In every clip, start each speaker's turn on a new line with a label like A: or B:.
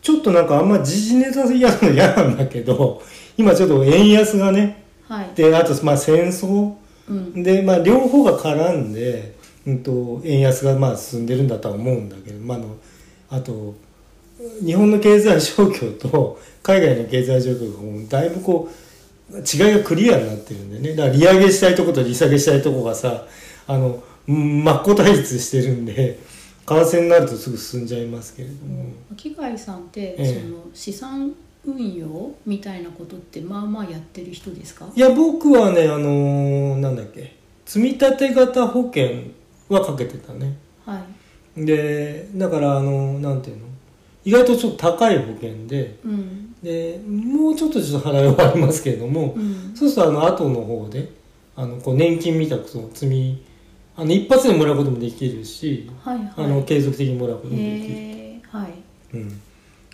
A: ちょっとなんかあんま時事ネタやるの嫌なんだけど、 今ちょっと円安がね、
B: はい
A: で、あとまあ戦争
B: うん
A: で、まあ両方が絡んで、うんと、円安がまあ進んでるんだとは思うんだけど、まああの、あと、日本の経済状況と 海外の経済状況がもうだいぶこう違いがクリアになってるんでねだから利上げしたいとこと利下げしたいとこがさあのうん真っ向対立してるんで感染になるとすぐ進んじゃいますけれども、
B: 巻貝さんって、
A: ええ
B: その資産運用みたいなことってまあまあやってる人ですか
A: いや僕はねあのーなんだっけ積み立て型保険はかけてたね
B: はい
A: でだからあのなんていうの意外とちょっと高い保険で
B: うん
A: でもうちょっとちょっと払い終わりますけれども、
B: うん
A: そうするとあの後の方であのこう年金みたくその積みあの一発でもらうこともできるし、
B: はいはい
A: あの継続的にもらうこともできる、
B: へえはい
A: うん、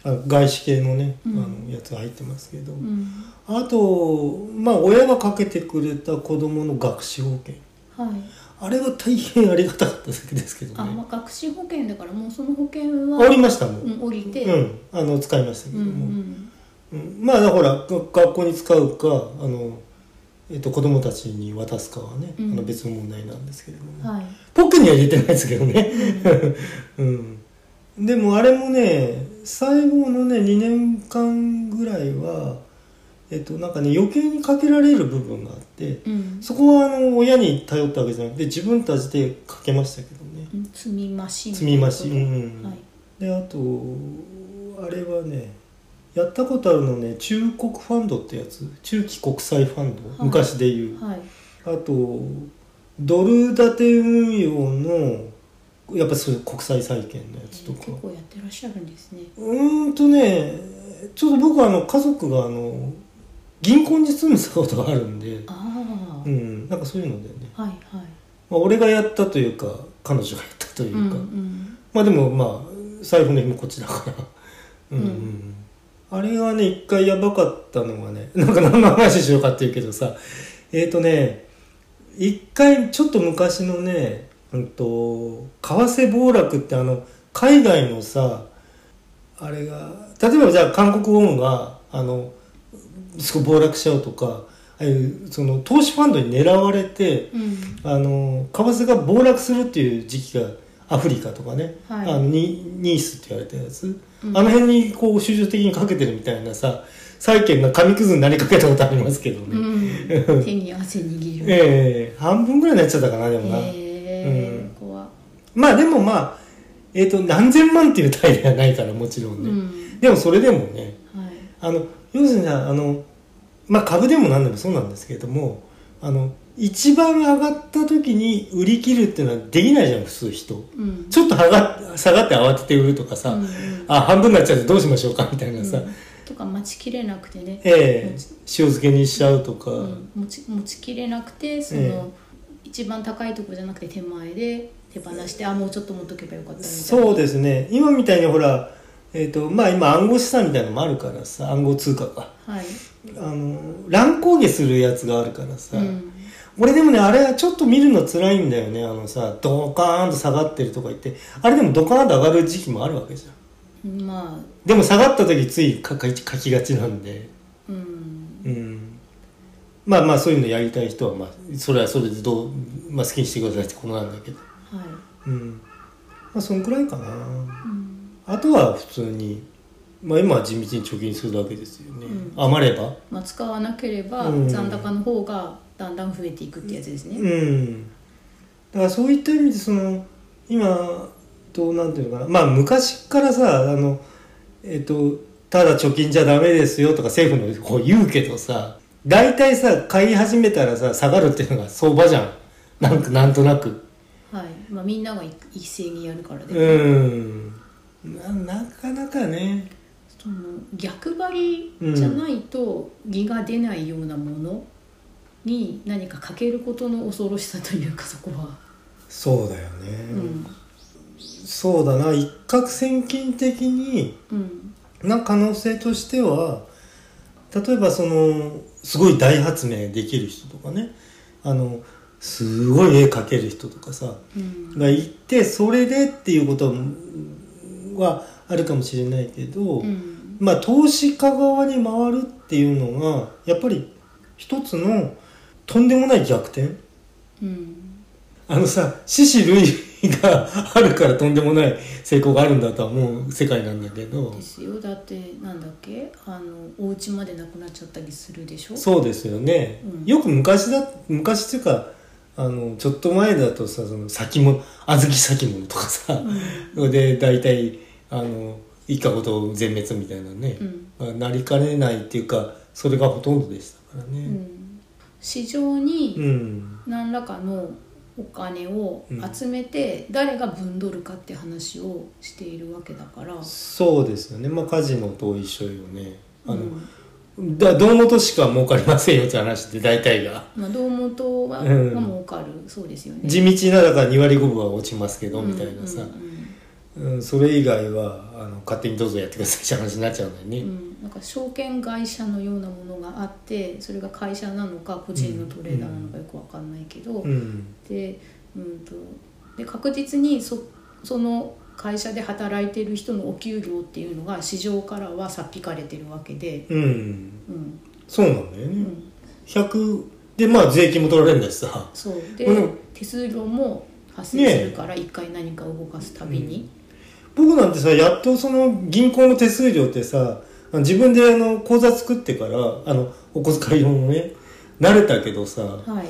A: あの外資系のね、
B: うん
A: あのやつ入ってますけど、
B: うん
A: あとまあ親がかけてくれた子供の学資保険
B: はい
A: あれは大変ありがたかったですけど
B: あ、ま
A: ね
B: あ、学資保険だからもうその保険は
A: あ降りましたもん、
B: う
A: うん
B: ん、降りて、
A: あの使いましたけ
B: う
A: ど
B: ん
A: も、うんまあだからが学校に使うかあの、えっと、子供たちに渡すかはね、
B: うん
A: あの別の問題なんですけれども、
B: うんはい
A: ポッケには入れてないですけどね。うん。でもあれもね、最後のね、2年間ぐらいは、えっと、なんかね、余計にかけられる部分があって、
B: うん、
A: そこはあの、親に頼ったわけじゃなくて、自分たちでかけましたけどね。
B: うん積み増し
A: 積み増し。う
B: みたいなこ
A: ん。
B: とはい
A: で、あと、あれはね、やったことあるのね、中国ファンドってやつ。中期国際ファンド。
B: はい
A: 昔で言う。
B: はい
A: あとドル建て運用のやっぱそういう国際債券のやつとか
B: 結構やってらっしゃるんですね
A: うーんとねちょっと僕はあの家族があの銀行に勤めてたことがあるんで
B: ああ、
A: うんなんかそういうのでね、
B: はいはい
A: まあ、俺がやったというか彼女がやったといううんか、
B: うん
A: まあでもまあ財布の紐こっちだ からうん、うんうんあれがね一回やばかったのがねなんか何の話しようかっていうけどさえっ、ー、とね一回ちょっと昔のねうんと為替暴落ってあの海外のさあれが例えばじゃあ韓国ウォンがあのすごい暴落しちゃうとかああいうその投資ファンドに狙われて
B: うん
A: あの為替が暴落するっていう時期がアフリカとかね、
B: はい
A: あのニニースって言われたやつ、
B: うん
A: あの辺にこう集中的にかけてるみたいなさ債券が紙くずになりかけたことありますけど
B: う
A: ね、
B: ん、手に汗握るへ
A: ええ半分ぐらいになっちゃったかなでもな、
B: え
A: うん
B: 怖っ
A: まあでもまあえっ、と何千万っていう単位ではないからもちろん
B: う
A: ね、
B: ん
A: でもそれでもね
B: はい
A: あの要するにさあの、まあ、株でも何でもそうなんですけれどもあの一番上がった時に売り切るっていうのはできないじゃん普通人
B: うん
A: ちょっと上がっ下がって慌てて売るとかさ、
B: うんうん
A: あ半分になっちゃってどうしましょうかみたいなさ、
B: うんとか待ちきれなくてね、
A: ええ塩漬けにしちゃうとか、
B: うん、持ち持ちきれなくてその、
A: ええ
B: 一番高いとこじゃなくて手前で手放してあもうちょっと持っとけばよかったみたいな
A: そうですね今みたいにほらえっ、とまあ今暗号資産みたいなのもあるからさ暗号通貨か
B: はい、
A: あの乱高下するやつがあるからさ、
B: うん、
A: 俺でもねあれはちょっと見るの辛いんだよねあのさドカーンと下がってるとか言ってあれでもドカーンと上がる時期もあるわけじゃん
B: まあ
A: でも下がった時つい書き書きがちなんで
B: うん
A: うんまあまあそういうのやりたい人はまあそれはそれでどう、まあ、好きにしてくださいってことなんだけど
B: は
A: う
B: い、
A: んまあそんくらいかな
B: うん、
A: あとは普通にまあ今は地道に貯金するだけですよね、
B: うん
A: 余れば
B: まあ使わなければ
A: うん
B: 残高の方がだんだん増えていくってやつですね、
A: うん、だからそういった意味でその今どうなんていうのかなまあ昔からさあのえっとただ貯金じゃダメですよとか政府のこう言うけどさ大体さ買い始めたらさ下がるっていうのが相場じゃんなんかなんとなく
B: はいまあ、みんなが一一斉にやるからで、
A: うんななかなかね
B: その逆張りじゃないと利が出ないようなものに何かかけることの恐ろしさというかそこは、
A: そうだよね、
B: うん
A: そうだな一攫千金的に
B: うん
A: な可能性としては例えばそのすごい大発明できる人とかねあのすごい絵描ける人とかさ
B: うん
A: がいてそれでっていうことはあるかもしれないけど、
B: うん
A: まあ投資家側に回るっていうのがやっぱり一つのとんでもない逆転
B: うん
A: あのさ獅子類があるからとんでもない成功があるんだとは思う世界なんだけど
B: ですよだってなんだっけあのお家までなくなっちゃったりするでしょ
A: そうですよね、
B: うん
A: よく昔だ昔っていうかあのちょっと前だとさその先も小豆先物とかさ、
B: う
A: それで大体あの一家ごと全滅みたいなね、
B: ん
A: まあなりかねないっていうかそれがほとんどでしたから
B: う
A: ね
B: ん、市場に
A: うん、
B: 何らかのお金を集めて誰が分取るかって話をしているわけだから、
A: そうですよねまあカジノと一緒よねあの、
B: うん
A: だ堂本しか儲かりませんよって話で大体が
B: まあ、堂本は、
A: うん
B: が儲かるそうですよね
A: 地道なだから2割5分は落ちますけどみたいなさ、
B: うんうん
A: うん、それ以外はあの勝手にどうぞやってくださいって話になっちゃうんだよ
B: うんう
A: ね、
B: んなんか証券会社のようなものがあってそれが会社なのか個人のトレーダーなのかよくわかんないけど、
A: うん
B: で,、うん、とで確実にそその会社で働いてる人のお給料っていうのが市場からはさっ引かれてるわけで、
A: うん、
B: うん
A: そうなんだよ
B: う
A: ね
B: ん、
A: 100でまあ税金も取られるんだしさ
B: そうで、
A: うん
B: 手数料も発生するから一回何か動かすたびに、
A: 僕なんてさやっとその銀行の手数料ってさあの自分であの口座作ってからあのお小遣い用のね慣れたけどさ
B: はい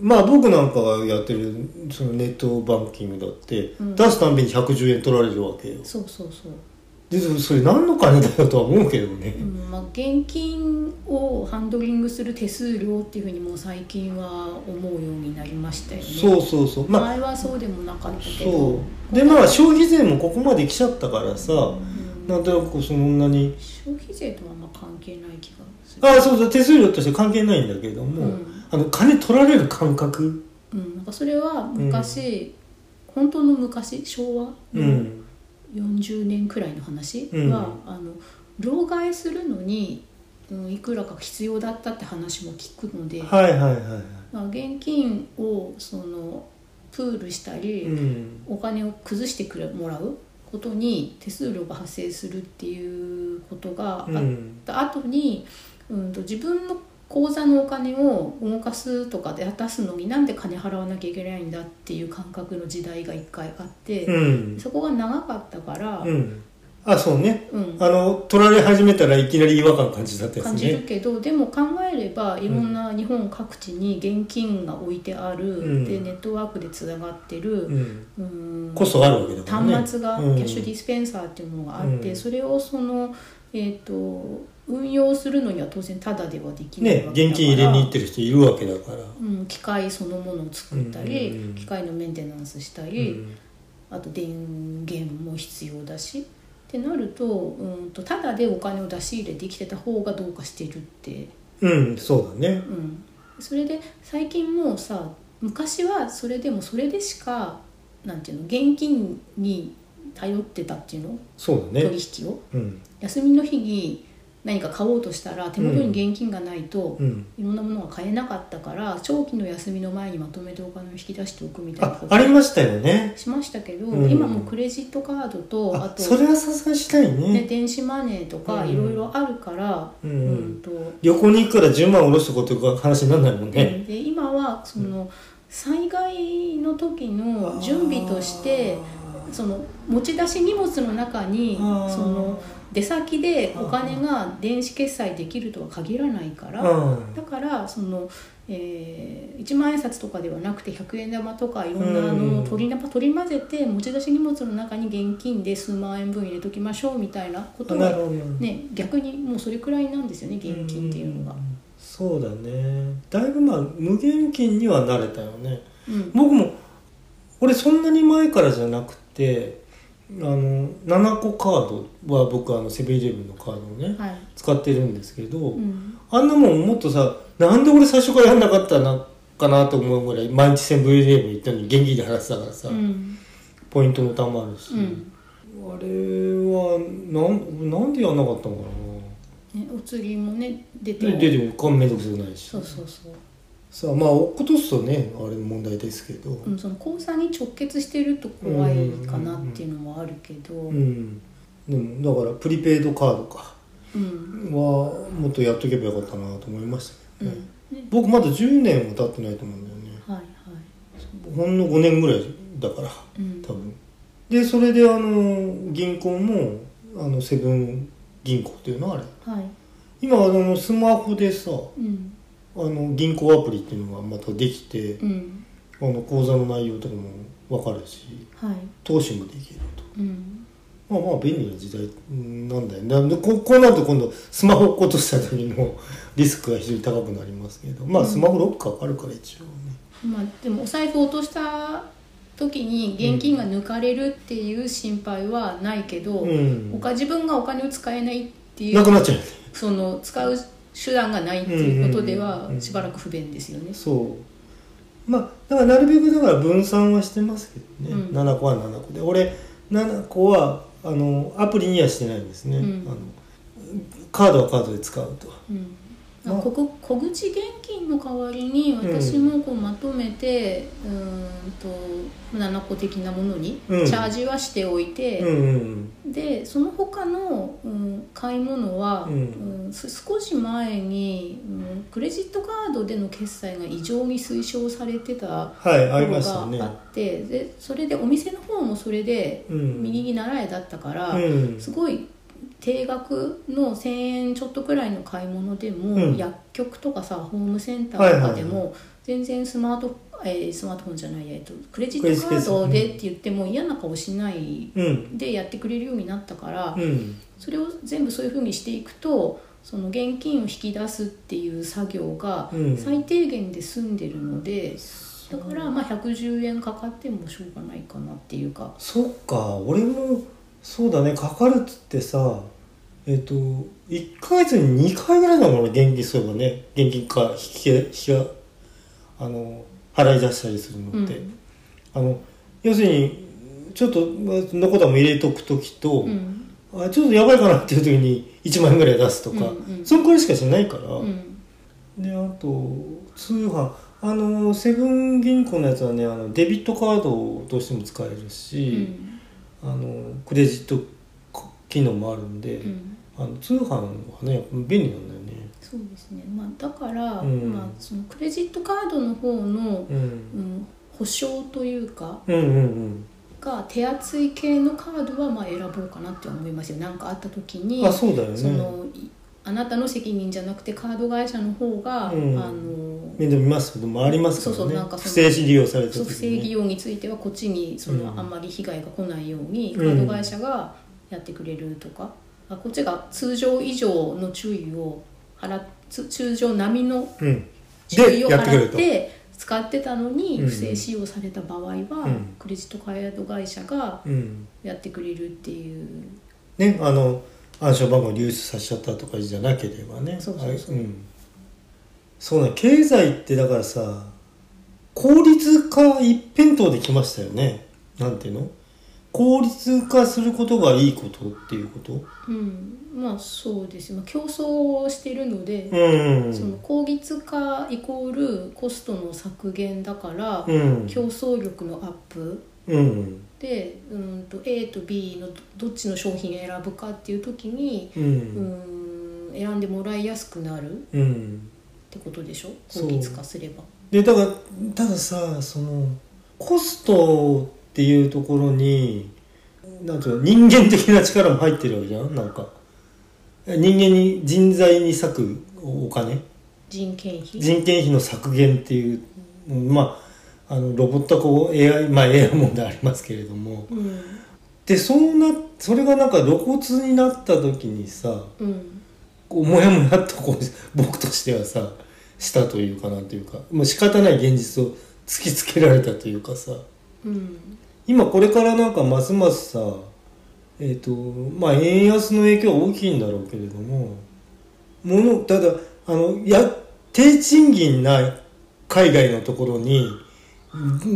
A: まあ僕なんかがやってるそのネットバンキングだって、
B: うん
A: 出すたんびに110円取られるわけよ
B: そうそうそう
A: でそそれ何の金だよとは思うけどね
B: うんまあ、現金をハンドリングする手数料っていうふうにもう最近は思うようになりましたよね
A: そうそうそうまあ
B: 前はそうでもなかったけど
A: そうでまあ消費税もここまで来ちゃったからさ、
B: うん
A: なんとなくそんなに
B: 消費税とはあんま関係ない気がする
A: ああそうそう手数料として関係ないんだけれども、
B: うん
A: あの金取られる感覚
B: うん、なんかそれは昔、本当の昔昭和
A: う
B: の
A: ん、
B: 40年くらいの話は、
A: うん
B: あの両替するのに、うん、いくらか必要だったって話も聞くので、
A: はいはいはいは
B: まあ、現金をそのプールしたり、
A: い、うん、
B: お金を崩してくれもらうことに手数料が発生するっていうことがあ
A: う
B: っ
A: ん
B: た後に、うん、と自分の口座のお金を動かすとかで出すのになんで金払わなきゃいけないんだっていう感覚の時代が一回あって、
A: うん
B: そこが長かったから、う
A: うんんあそうねあの取られ始めたらいきなり違和感感じたってやつ
B: 感じる
A: ね
B: けどでも考えればいろんな日本各地に現金が置いてある、
A: うん
B: でネットワークでつながってる、
A: うん
B: うん
A: コストがあるわけだからね
B: 端末がキ
A: うん
B: ャッシュディスペンサーっていうものがあって、
A: うん
B: それをその、えー、と運用するのには当然タダではできない
A: ね
B: わけだ
A: 現
B: から、
A: 金入れに行ってる人いるわけだから、
B: うん、機械そのものを作ったり、
A: うんうんうん
B: 機械のメンテナンスした
A: う
B: り、
A: ん
B: あと電源も必要だしってなるとうんとタダでお金を出し入れできてた方がどうかしてるって、
A: うん、そうだね
B: うん、それで最近もうさ昔はそれでもそれでしかなんていうの現金に頼ってたっていうの
A: そうだね
B: 取引を
A: うん
B: 休みの日に何か買おうとしたら手元に現金がないと、
A: うん
B: いろんなものが買えなかったから長期の休みの前にまとめてお金を引き出しておくみたいな
A: あ
B: こ
A: あり
B: と
A: ましたよね
B: しましたけど、
A: うん
B: 今もうクレジットカードとあ
A: あ
B: と
A: それはさすがにしたいね
B: ね、電子マネーとか
A: うん
B: いろいろあるから、
A: うん
B: と
A: 旅行に行くから10万下ろすとことか話にならないもんね、
B: で今はその災害の時の準備としてその持ち出し荷物の中にそ
A: あー
B: の出先でお金が電子決済できるとは限らないか
A: う
B: ら
A: ん
B: だからその、えー1万円札とかではなくて100円玉とかいろんなあ
A: うんう
B: の
A: ん
B: 取りな取り混ぜて持ち出し荷物の中に現金で数万円分入れときましょうみたいなこと
A: なる
B: が、
A: ほどね
B: ね、逆にもうそれくらいなんですよね現金っていうのが。
A: んそうだねだいぶまあ無現金には慣れたよね
B: うん
A: 僕も俺そんなに前からじゃなくてあの7個カードは僕あのセブンイレブンのカードをね
B: はい
A: 使ってるんですけど、
B: うん
A: あんなもんもっとさなんで俺最初からやんなかったなかなと思うぐらい毎日セブンイレブン行ったのに現金で払ってたからさ、
B: うん
A: ポイントもたまるし、
B: うん
A: あれはなんなんでやんなかったのか
B: ね、お釣りもね出
A: な
B: て
A: で出ても面倒くさくないし
B: そうそうそう
A: さあまあ落っことすとねあれの問題ですけど
B: うん、その交差に直結してると怖いかなっていうのはあるけど、
A: う
B: うん
A: ん、でもだからプリペイドカードかはもっとやっとけばよかったなと思いました
B: う
A: ね、
B: んね
A: 僕まだ10年も経ってないと思うんだよね
B: はいはい
A: ほんの5年ぐらいだから
B: うん
A: 多分でそれであの銀行もあのセブン銀行っていうのあれ
B: はい
A: 今あのスマホでさあ
B: うん
A: の銀行アプリっていうのがまたできて
B: うん
A: あの口座の内容とかも分かるし
B: はい
A: 投資もできると
B: うん
A: まあまあ便利な時代なんだよねなんでこうこうなると今度スマホ落っことした時の リスクが非常に高くなりますけどまあ
B: うん
A: スマホロックかかるから一応ね
B: まあでもお財布落とした時に現金が抜かれるっていう心配はないけど、
A: うん
B: 他自分がお金を使えないってい
A: な
B: う
A: くなっちゃうよね
B: その使う手段がないっていうことで
A: うんう
B: は
A: んうんうん
B: しばらく不便ですよね。
A: そうまあだからなるべくだから分散はしてますけどね、
B: うん
A: 7個は7個で俺7個はあのアプリにはしてないんですね、
B: うん
A: あのカードはカードで使うと
B: うん
A: まあ
B: ここ小口現金の代わりに私もこうまとめて、うーんと7個的なものにチ
A: うん
B: ャージはしておいて、
A: うんうん
B: でその他の、うん、買い物は、
A: う
B: うんんす少し前に、うん、クレジットカードでの決済が異常に推奨されてた
A: はいありました
B: の
A: ね
B: があって、でそれでお店の方もそれで
A: うん
B: 右に習えだったから、
A: うん
B: すごい定額の1,000円ちょっとくらいの買い物でも、
A: うん
B: 薬局とかさホームセンターとか
A: は
B: で
A: い
B: も全然スマート、えースマートフォンじゃないや、えっと、クレジ
A: クレ
B: ッ
A: ジ
B: ト
A: ットで
B: カー
A: す
B: ドでって言っても嫌な顔しない
A: うん
B: でやってくれるようになったから、
A: うん
B: それを全部そういうふうにしていくとその現金を引き出すっていう作業が
A: うん
B: 最低限で済んでるので、だからまあ110円かかってもしょうがないかなっていうか。
A: そっか俺もそうだねかかるっつってさえっ、と1ヶ月に2回ぐらいだもんね現金そういえばね現金か引き引きがあの払い出したりするのって、
B: うん
A: あの要するにちょっとまあ残ったも入れとく時と、
B: うん
A: あちょっとやばいかなっていう時に1万円ぐらい出すとか、
B: うんうん
A: そんくらいしかしないから、
B: うん
A: であと通販あのセブン銀行のやつはねあのデビットカードをどうしても使える
B: う
A: し、
B: ん
A: あのクレジット機能もあるんで、
B: うん
A: あの通販はねやっぱ便利なんだよね。
B: そうですね、まあ、だから、
A: うん
B: まあ、そのクレジットカードの方の、
A: うん、
B: うん、保証というか
A: うんうん
B: が手厚い系のカードはまあ選ぼうかなって思いますよ何かあった時
A: う
B: に
A: んあそうだよ
B: そ
A: ね
B: のいあなたの責任じゃなくてカード会社の方が、
A: うん
B: あの
A: 面倒見ますけどもありますからね
B: そうそうなんかその
A: 不正利用された時
B: そう
A: に、ね、
B: 不正利用についてはこっちにその、
A: うん
B: あんまり被害が来ないように
A: うん
B: カード会社がやってくれるとか、あこっちが通常以上の注意を払っつ通常並みの
A: うん
B: 注意を
A: やってくれ
B: 払
A: る
B: っ
A: と
B: て使ってたのに
A: うん
B: 不正使用された場合は、
A: ん
B: クレジットカード会社が
A: うん
B: やってくれるっていう
A: ねあの暗証番号流出させちゃったとかじゃなければね
B: そうそうそ
A: あ
B: う
A: れん、そうね経済ってだからさ効率化一辺倒できましたよねなんていうの効率化することがいいことっていうこと
B: うん、まあそうです、まあ、競争をしてるので、
A: うん
B: その効率化イコールコストの削減だから、
A: うん
B: 競争力のアップ
A: うん
B: でうんと A と B のどどっちの商品選ぶかっていう時に、
A: う
B: うんん、選んでもらいやすくなるっ
A: うん
B: てことでしょ
A: そう
B: 効率化すれば。
A: でだからたださそのコストっていうところになんていうの人間的な力も入ってるわけじゃんなんか人間に人材に割くお金
B: 人件費
A: 人件費の削減っていうまああのロボット化を AI まあ AI 問題ありますけれども
B: うん
A: でそうなそれがなんか露骨になった時にさ
B: うん
A: こうモヤモヤっとこう僕としてはさしたというかなんていうかもう仕方ない現実を突きつけられたというかさ
B: うん
A: 今これからなんかますますさえっ、とまあ円安の影響は大きいんだろうけれどもものただあのや低賃金な海外のところに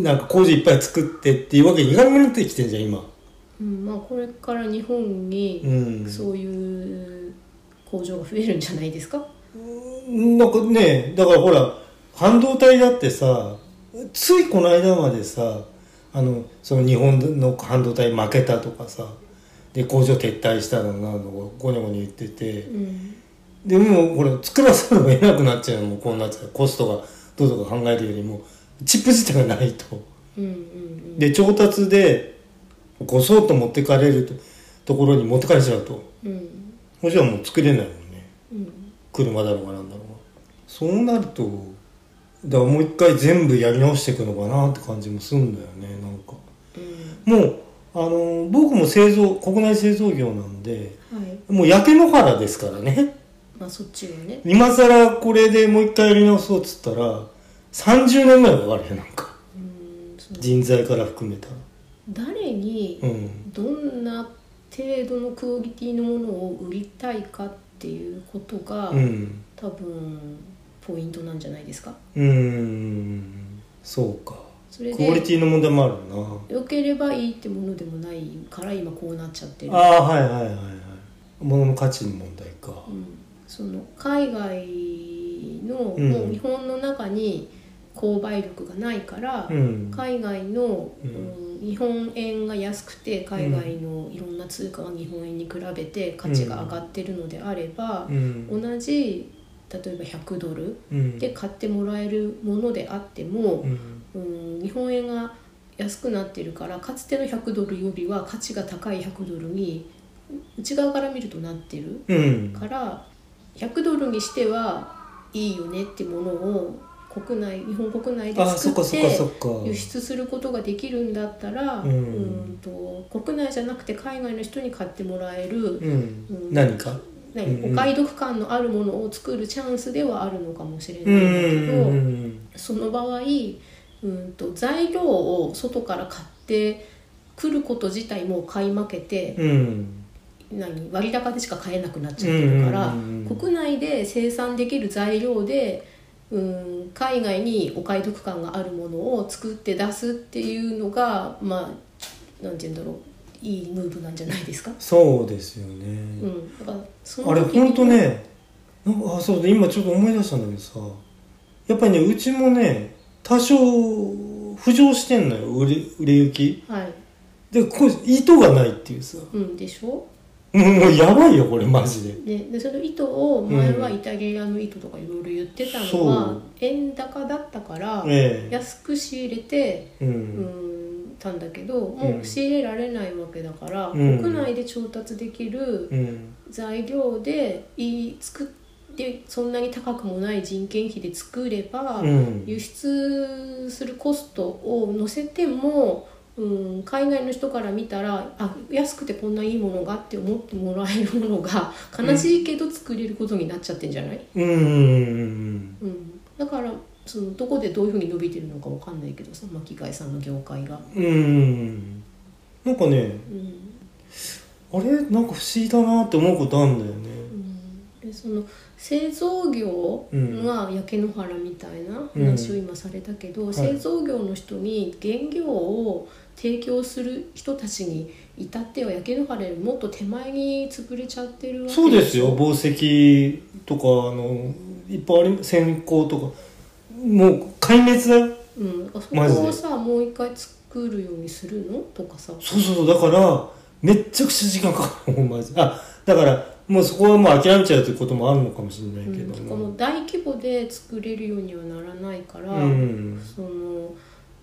A: なんか工事いっぱい作ってっていうわけにいかなくなってきてんじゃん今。
B: うんまあこれから日本
A: う
B: に
A: ん、
B: そういう工場が増えるんじゃないですか、
A: なんかねだからほら半導体だってさついこの間までさあのその日本の半導体負けたとかさで工場撤退したのなのごにょごにょ言ってて
B: うん
A: でもうこれ作らざるを得なくなっちゃうのもうこうなっちゃうコストがどうとか考えるよりもチップ自体がないと。
B: うんうん
A: で調達でごそっと持ってかれるとところに持ってかれちゃうと
B: うんうん
A: もちろんもう作れないもんね
B: うん
A: 車だろうがなんだろうがそうなるとだからもう一回全部やり直していくのかなって感じもするんだよねなんか
B: うん
A: もうあの僕も製造国内製造業なんで
B: はい
A: もう焼け野原ですからね
B: まあそっちはね
A: 今更これでもう一回やり直そうっつったら30年ぐらいかかるよなんか
B: うんその
A: 人材から含めたら
B: 誰に
A: うん
B: どんな程度のクオリティのものを売りたいかっていうことが、
A: うん
B: 多分ポイントなんじゃないですか
A: うーんそうか
B: それ
A: クオリ
B: で
A: ティの問題もある
B: 良ければいいってものでもないから今こうなっちゃってる
A: なああはいはいはいはい物の価値の問題か
B: うんその海外の、
A: うん
B: もう日本の中に購買力がないから
A: う、ん
B: 海外の、
A: うん
B: うん日本円が安くて海外のいろんな通貨が日本円に比べて価値が上がってるのであれば
A: う、ん
B: 同じ例えば100ドル
A: うん
B: で買ってもらえるものであっても
A: う、ん
B: うん、日本円が安くなってるからかつての100ドルよりは価値が高い100ドルに内側から見るとなってる
A: うん
B: から100ドルにしてはいいよねってものを国内日本国内で
A: あそっ
B: 作
A: か
B: っ
A: そっか
B: て
A: そっか
B: 輸出することができるんだったら、
A: うん
B: んと国内じゃなくて海外の人に買ってもらえる、
A: うん何か
B: 何
A: うん
B: お買い得感のあるものを作るチャンスではあるのかもしれ
A: う
B: ない
A: ん
B: んだけど。
A: うん
B: その場合うんと材料を外から買ってくること自体もう買い負けて
A: うんうん
B: 何割高でしか買えなくなっちゃってるから
A: うんうんうん
B: 国内で生産できる材料でうん海外にお買い得感があるものを作って出すっていうのがまあなんて言うんだろういいムーブなんじゃないですか。
A: そうですよ
B: う
A: ね
B: ん、だからそ
A: あれ
B: 時に
A: ほんとねなんかあそうだ今ちょっと思い出したんだけどさやっぱりねうちもね多少浮上してんのよ売れ売れ行き
B: はい、
A: でこう糸がないっていうさ
B: うんでしょ
A: もうもうやばいよこれマジで
B: ね、でその糸を前はイタリアの糸とかいろいろ言ってたのは、
A: そう
B: 円高だったから
A: ええ
B: 安く仕入れて
A: う
B: うんーんたんだけど
A: う
B: も
A: ん
B: う仕入れられないわけだから、
A: うん
B: 国内で調達できる
A: うん
B: 材料でいい作ってそんなに高くもない人件費で作れば、
A: うん
B: 輸出するコストを乗せても、うん、海外の人から見たらあ安くてこんないいものがって思ってもらえるものが悲しいけど作れることになっちゃってんじゃない、
A: うん
B: うん、だからそのどこでどういうふうに伸びてるのかわかんないけどさ巻貝さんの業界が。
A: うんなんかね
B: うん
A: あれなんか不思議だなって思うことあるんだよね
B: うんでその製造業は焼け野原みたいな話を今されたけど、
A: い
B: 製造業の人に原料を提供する人たちに至っては焼け野原よりもっと手前に潰れちゃってるわけ
A: そうですよ紡績とかあのいっぱいあり線香とかもう壊滅だよ
B: うん、だから
A: マジ
B: そこ
A: で
B: をさもう一回作るようにするのとかさ
A: そうそうそうだからめっちゃくちゃ時間かかるもんマジあだからもうそこはもう諦めちゃうということもあるのかもしれ
B: う
A: ないけ
B: ん、
A: ど
B: とかも
A: も
B: う大規模で作れるようにはならないから、
A: うん
B: その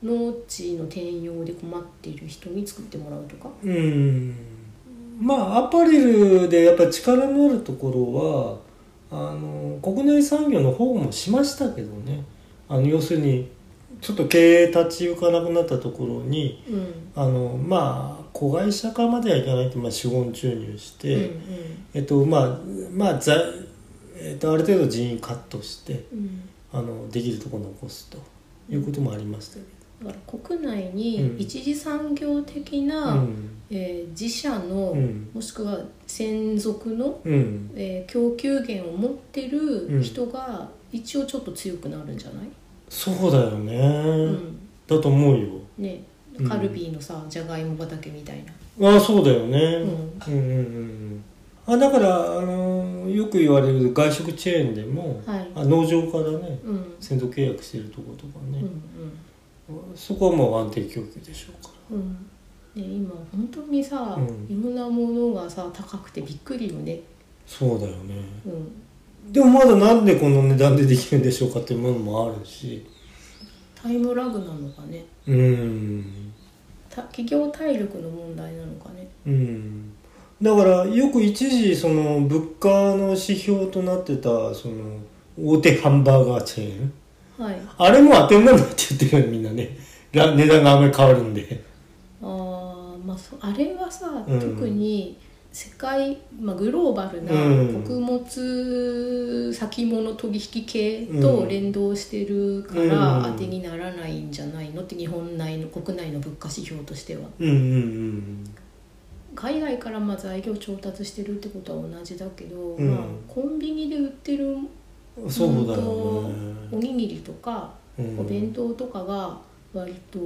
B: 農地の転用で困っている人に作ってもらうとか。
A: うんまあアパレルでやっぱ力のあるところはあの国内産業の保護もしましたけどねあの要するにちょっと経営立ち行かなくなったところに
B: うん
A: あのまあ子会社化まではいかないけど、まあ、資本注入して、
B: うんうん
A: えっとまあまあざ、えっと、ある程度人員カットして
B: うん
A: あのできるところ残すということもありましたけ
B: だから国内
A: うん
B: に一次産業的
A: ど、
B: な、
A: うん
B: えー自社の、
A: うん
B: もしくは専属の、
A: うん、
B: えー供給源を持って
A: うん
B: る人が一応ちょっと強くなるんじゃない、
A: そうだよね、
B: うん
A: だと思うよ
B: ね
A: うん
B: カルビーのさじゃがいも畑みたいな。
A: ああそうだよね、う
B: うん
A: ん、うんうんあだからあのよく言われる外食チェーンでも、
B: はい
A: あ農場からね
B: うんうん
A: 先導契約してるとことか
B: う
A: ね、
B: ん
A: そこはもう安定供給でしょうか
B: うんで今本当にさ、
A: うん
B: いろんなものがさ高くてびっくりよね、
A: そうだよね
B: うん、
A: でもまだなんでこの値段でできるんでしょうかっていうものもあるし
B: タイムラグなのかね
A: うん
B: た企業体力の問題なのかね
A: うんだからよく一時その物価の指標となってたその大手ハンバーガーチェーン
B: はい
A: あれも当てにならないって言ってるよみんなねら値段があんまり変わるんで
B: あー、まあ、そあれはさ、
A: うん
B: 特に世界、まあ、グローバルな
A: うん
B: 穀物先物取引系と
A: うん
B: 連動してるか
A: う
B: ら
A: ん
B: 当てにならないんじゃないのって日本内の国内の物価指標としては
A: うんうんうん
B: 海外からまあ材料調達してるってことは同じだけど、
A: ん
B: まあ、コンビニで売ってる
A: そうだよね
B: おにぎりとか
A: うん
B: お弁当とかが割と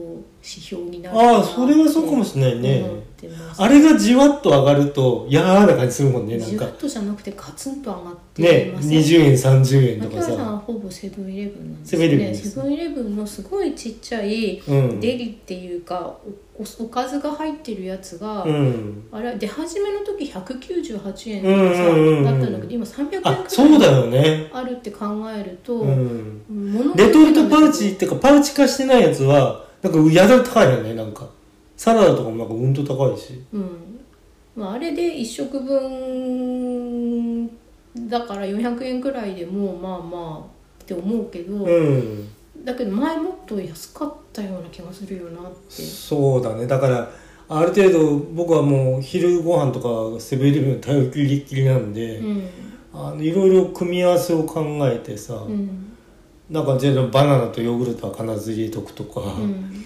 B: 指標になる
A: ああそれはそうかも
B: し
A: しれないね、
B: 思ってます
A: あれがじわっと上がると嫌な感じするもんねなん
B: じ
A: か
B: わっとじゃなくてカツンと上がってい
A: ね
B: ません
A: 20円30円と
B: 槙
A: か
B: 原さんは
A: さ
B: ほぼセブンイレブンなんです
A: セブンイレブンで
B: ね
A: す
B: セブンイレブンのすごいちっちゃい
A: うん
B: デリっていうかおおおかずが入ってるやつが、
A: うん
B: あれ出始めの時198円
A: うんうんうん
B: だったんだけど今300円く
A: あそう
B: ら
A: だ
B: い
A: よね
B: あるって考えると、
A: うん
B: 物が
A: レトルトパウチっていうかパウチ化してないやつはなんかやたら高いよねなんかサラダとかもなんかうんと高いし
B: うんまあ、あれで1食分だから400円くらいでもうまあまあって思うけど、
A: うん
B: だけど前もっと安かったような気がするよなって
A: そうだねだからある程度僕はもう昼ご飯とかセブンイレブン頼りっきりなんで、
B: うん
A: あのいろいろ組み合わせを考えてさ、
B: うん
A: なんかじゃあバナナとヨーグルトは必ず入れとくとか、
B: うん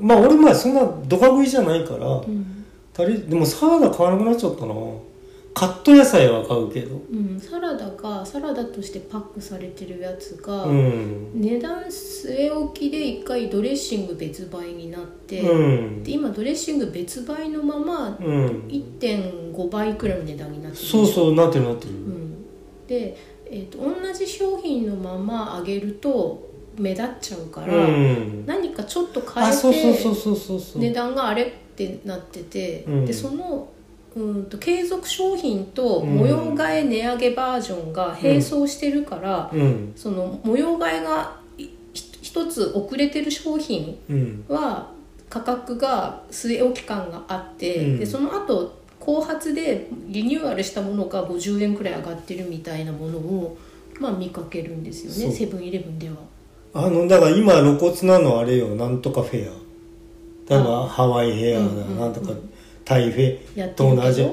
A: まあ俺まあそんなドカ食いじゃないから、
B: うん
A: 足りでもサラダ買わなくなっちゃったなカット野菜は買うけど
B: うんサラダがサラダとしてパックされてるやつが、
A: うん
B: 値段据え置きで一回ドレッシング別売になって、
A: うん
B: で今ドレッシング別売のまま
A: うん
B: 1.5倍くらいの値段になってるでしょ
A: そうそうなってるなってる、
B: うんで、えー、と同じ商品のまま上げると目立っちゃうから、
A: うん
B: 何かちょっと変
A: あそうそう
B: え
A: そう
B: て
A: そうそうそう、
B: 値段があれってなってて、
A: うん
B: でそのうんと継続商品と模様替え値上げバージョンが並走してるから、
A: うん
B: その模様替えがいひ一つ遅れてる商品
A: うん
B: は価格が据え置き感があって、
A: うん
B: でその後後発でリニューアルしたものが50円くらい上がってるみたいなものを、まあ、見かけるんですよね
A: そ
B: セブンイレブンでは。
A: あのだから今露骨なのあれよなんとかフェア例えばハワイヘアだ、
B: うんうんうん
A: なんとかタイフ
B: や
A: ェ
B: ってるけ
A: と
B: ど
A: 同じ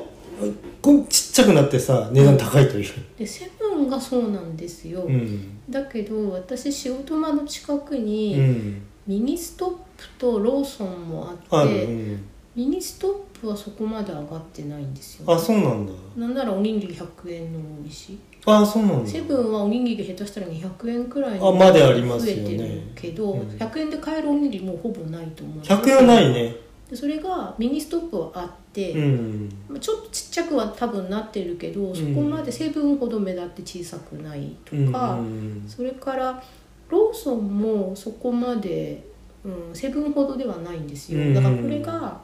A: こんちっちゃくなってさ値段高いという、
B: でセブンがそうなんですよ、
A: うん
B: だけど私仕事場の近く
A: う
B: に、
A: ん、
B: ミニストップとローソンもあ
A: あ
B: っ
A: る、
B: て
A: うん、
B: ミニストップはそこまで上がってないんですよ、
A: あそうなんだ
B: なんならおにぎり100円の多いし
A: あそうなんだ
B: セブンはおにぎり下手したら200円くらいに
A: あまでありますよね
B: 増えてるけど、
A: うん
B: 100円で買えるおにぎりもうほぼないと思う
A: 100円はないね
B: でそれがミニストップはあって、
A: うん
B: まあちょっとちっちゃくは多分なってるけどそこまでセブンほど目立って小さくないとか、
A: うん
B: それからローソンもそこまで、うん、セブンほどではないんです
A: うん
B: よだからこれが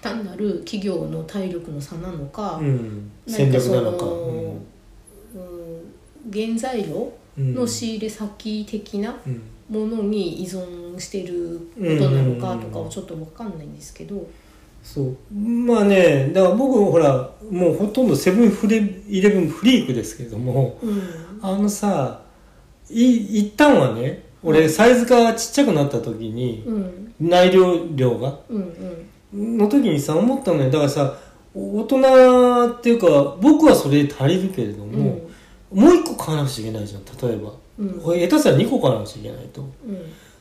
B: 単なる企業の体力の差なのか
A: う、ん、
B: なん
A: 戦
B: か
A: 略
B: そ
A: な
B: の
A: のか
B: うん原材料
A: うん
B: の仕入れ先的な
A: うん
B: ものに依存してることなのかとかをちょっと分かんないんですけど、
A: そうまあねだから僕ほらもうほとんどセブンフレイレブンフリークですけれども
B: うん
A: あのさい一旦はね俺サイズがちっちゃくなった時に
B: うん
A: 内容量が
B: うんうん
A: の時にさ思ったのよだからさ大人っていうか僕はそれで足りるけれど
B: うん
A: も、もう一個買わなくちゃいけないじゃん例えば、
B: うん
A: これ下手したら2個買わなくちゃいけないと
B: うん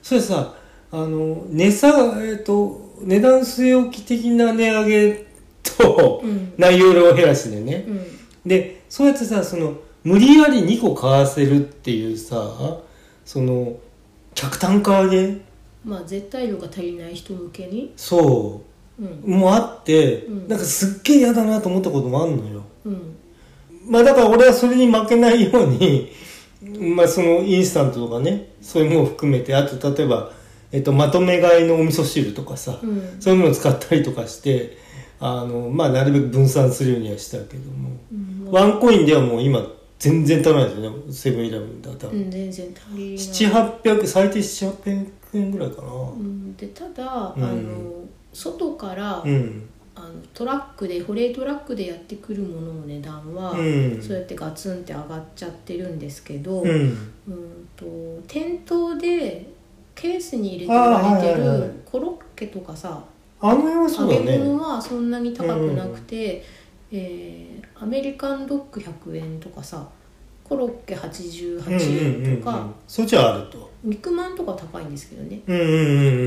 A: それさあの値下えっと値段据え置き的な値上げと
B: うん
A: 内容量減らしでね
B: うん
A: でそうやってさその無理やり2個買わせるっていうさその客単価上げ
B: まあ絶対量が足りない人向けに、
A: そ
B: うん
A: うもあって、
B: うん
A: なんかすっげえ嫌だなと思ったこともあんのよ
B: うん
A: まあだから俺はそれに負けないようにまあそのインスタントとかねそういうものを含めてあと例えば、えっと、まとめ買いのお味噌汁とかさ、
B: うん
A: そういうものを使ったりとかしてあのまあなるべく分散するようにはしたけども、
B: うん
A: ワンコインではもう今全然足らないですよねセブンイレブンだったら、
B: うん全然足りない
A: 7800最低7800円ぐらいかな
B: うんでただ、
A: うん
B: あの外から、
A: うん
B: あのトラックで保冷トラックでやってくるものの値段は、
A: うん
B: そうやってガツンって上がっちゃってるんですけど、
A: うん、
B: うんと店頭でケースに入れて
A: あー
B: 売られて
A: はいはいはい
B: るコロッケとかさ、
A: あの辺はそうだ
B: 揚げ
A: ね
B: 物はそんなに高くなくて、えーアメリカンドッグ100円とかさコロッケ
A: うんうん
B: 88円とか、
A: うんうん、そっちはあると
B: 肉まんとか高いんですけどね。
A: うんうんうん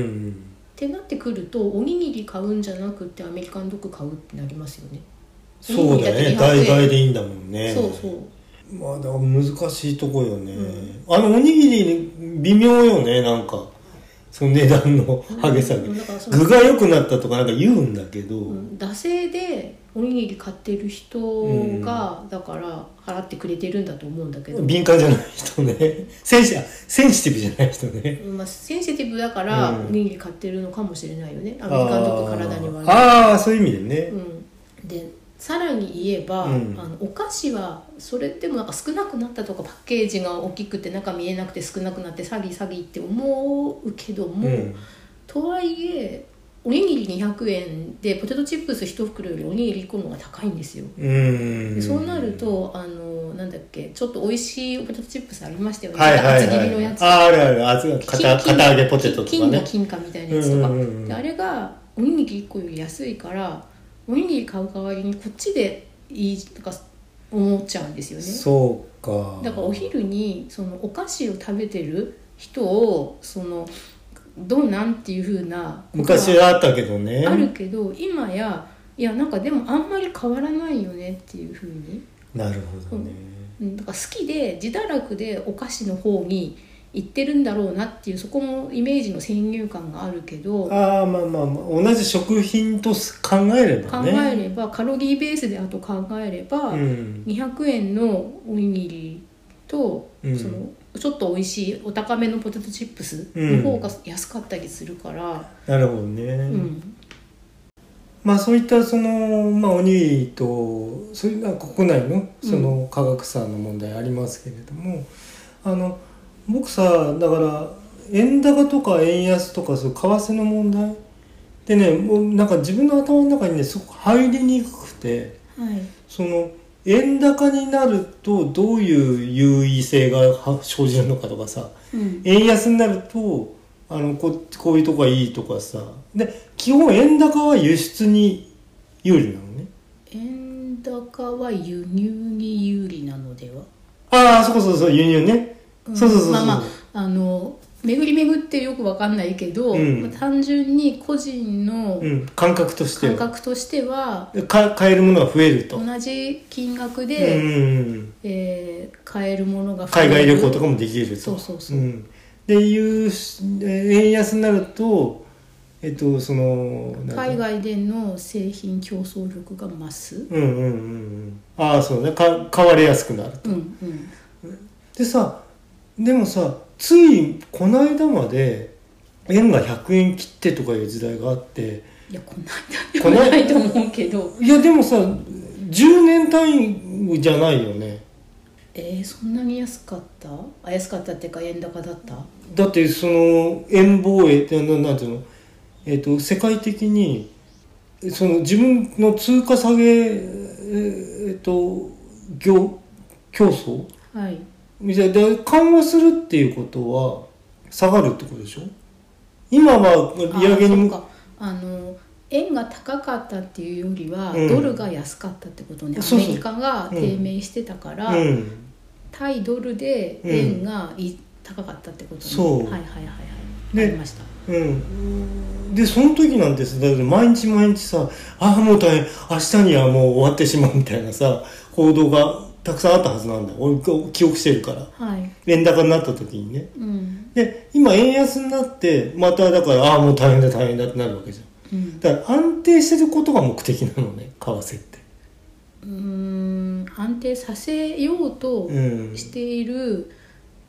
A: うん
B: ってなってくるとおにぎり買うんじゃなくてアメリカンドッグ買うってなりますよね。
A: そうだよね
B: おにぎ
A: 大
B: りだって200円
A: 概でいいんだもんね
B: そうそう
A: まあだから難しいとこよね、
B: う
A: あのおにぎり微妙よねなんかその値段の上げ下げ、
B: うんだからその
A: 具が良くなったとかなんか言うんだけど、
B: うん惰性でおにぎり買ってる人が、だから払ってくれてるんだと思うんだけど、
A: 敏感じゃない人ね センシあセンシティブじゃない人ね
B: まあ、センシティブだから
A: うん
B: おにぎり買ってるのかもしれないよね、アメリカンドッグ体に悪い
A: あーあーそういう意味で
B: う
A: ね、
B: ん、でさらに言えば、
A: うん
B: あのお菓子はそれでもなんか少なくなったとかパッケージが大きくて中見えなくて少なくなって詐欺詐欺って思うけども、
A: うん
B: とはいえおにぎり200円でポテトチップス1袋よりおにぎり1個の方が高いんですよ。
A: うん
B: でそうなるとあのなんだっけちょっと美味しいポテトチップスありましたよね、
A: はいはい
B: 厚切
A: は
B: り
A: い
B: のやつ
A: あーあるあるあつ
B: 金
A: 片片揚げポテトとか
B: 金
A: ね
B: が金貨みたいなやつとか、
A: うんうんうん
B: であれがおにぎり1個より安いからおにぎり買う代わりにこっちでいいとか思っちゃうんですよね
A: そうか
B: だからお昼にそのお菓子を食べてる人をそのどうなんっていうふうなこと
A: 昔
B: は
A: はあったけどね
B: あるけど今やいやなんかでもあんまり変わらないよねっていうふうに
A: なるほどね、
B: うんだから好きで自堕落でお菓子の方に行ってるんだろうなっていうそこもイメージの先入観があるけど考
A: ああまあまあ、まあ、同じ食品とす考えればね
B: えれば、カロリーベースであと考えれば、
A: うん
B: 200円のおにぎりと、
A: うん
B: そのちょっと美味しいお高めのポテトチップスの方が安かったりするから、
A: なるほどね、
B: うん
A: まあそういったその、まあ、おにぎりとそういうまあ国内のその価格差の問題ありますけれども、あの僕さだから円高とか円安とかそういう為替の問題でねもうなんか自分の頭の中にねすごく入りにくくて
B: はい
A: その円高になるとどういう優位性がは生じるのかとかさ
B: うん
A: 円安になるとあのここういうとこがいいとかさで基本円高は輸出に有利なのね
B: 円高は輸入に有利なのでは
A: ああそうそうそう輸入ね、
B: うん
A: そうそうそうそう、
B: まあまああの巡り巡ってよくわかんないけど、
A: うん
B: まあ単純に個人の
A: うん、感覚として
B: 感
A: は
B: 覚としては
A: でか買えるものが増えると、うん
B: 同じ金額
A: うん
B: で、
A: うん、
B: えー買えるものが増え
A: 海
B: る
A: 外旅行とかもできると
B: そうそうそう
A: うん、でいうしえ円安になるとえっとそのなんだ
B: 海外での製品競争力が増す
A: うんうんうんうんああそうねか買われやすくなる
B: うんうん
A: でさでもさついこの間まで円が100円切ってとかいう時代があって
B: いやこんないこないと思うけど
A: いやでもさ10年単位じゃないよね
B: えー、そんなに安かったあ安かったっていうか円高だった
A: だってその円防衛ってななんていうの、えっと世界的にその自分の通貨下げ、えーえっと業競争
B: はい
A: みたいなで緩和するっていうことは下がるってことでしょ今は利上げに
B: あそうかあの円が高かったっていうよりは、
A: うん
B: ドルが安かったってことねア
A: そう
B: メ
A: そう
B: リカが低迷してたから、
A: うん、
B: 対ドルで円がい、高かったってことね
A: そう
B: はいはいはいはい、
A: で
B: ありました
A: うん、でその時なんてさだって毎日毎日さああもう大変明日にはもう終わってしまうみたいなさ報道がたくさんあったはずなんだよ俺記憶してるから
B: はい
A: 円高になった時にね
B: うん
A: で今円安になってまただからああもう大変だ大変だってなるわけじゃん
B: うん
A: だから安定してることが目的なのね為替って
B: うーん安定させようと
A: うん
B: している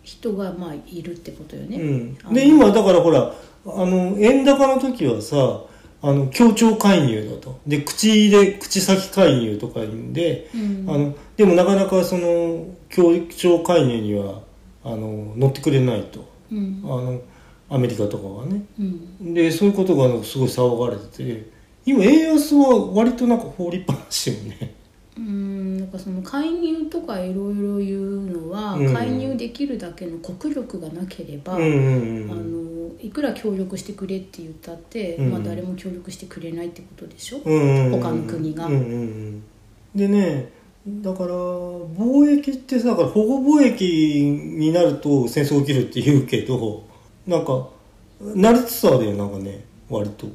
B: 人がまあいるってことよね。
A: うん、で今だからほらあの円高の時はさあの協調介入だとで口で口先介入とかいうんで、
B: うん
A: あのでもなかなかその協調介入にはあの乗ってくれないと
B: う
A: あ
B: ん
A: のアメリカとかはね
B: うん
A: でそういうことがなんかすごい騒がれてて今円安は割となんか放りっぱなしよね
B: うんなんかその介入とかいろいろ言うのは、
A: うん
B: 介入できるだけの国力がなければ、
A: うんうん
B: あ
A: うん
B: のいくら協力してくれって言ったって、
A: うん
B: まあ、誰も協力してくれないってことでしょ、
A: 他
B: 他の国が
A: うんうんうん、でねだから貿易ってさだから保護貿易になると戦争起きるって言うけどなんかなりつつあるよなんかね割と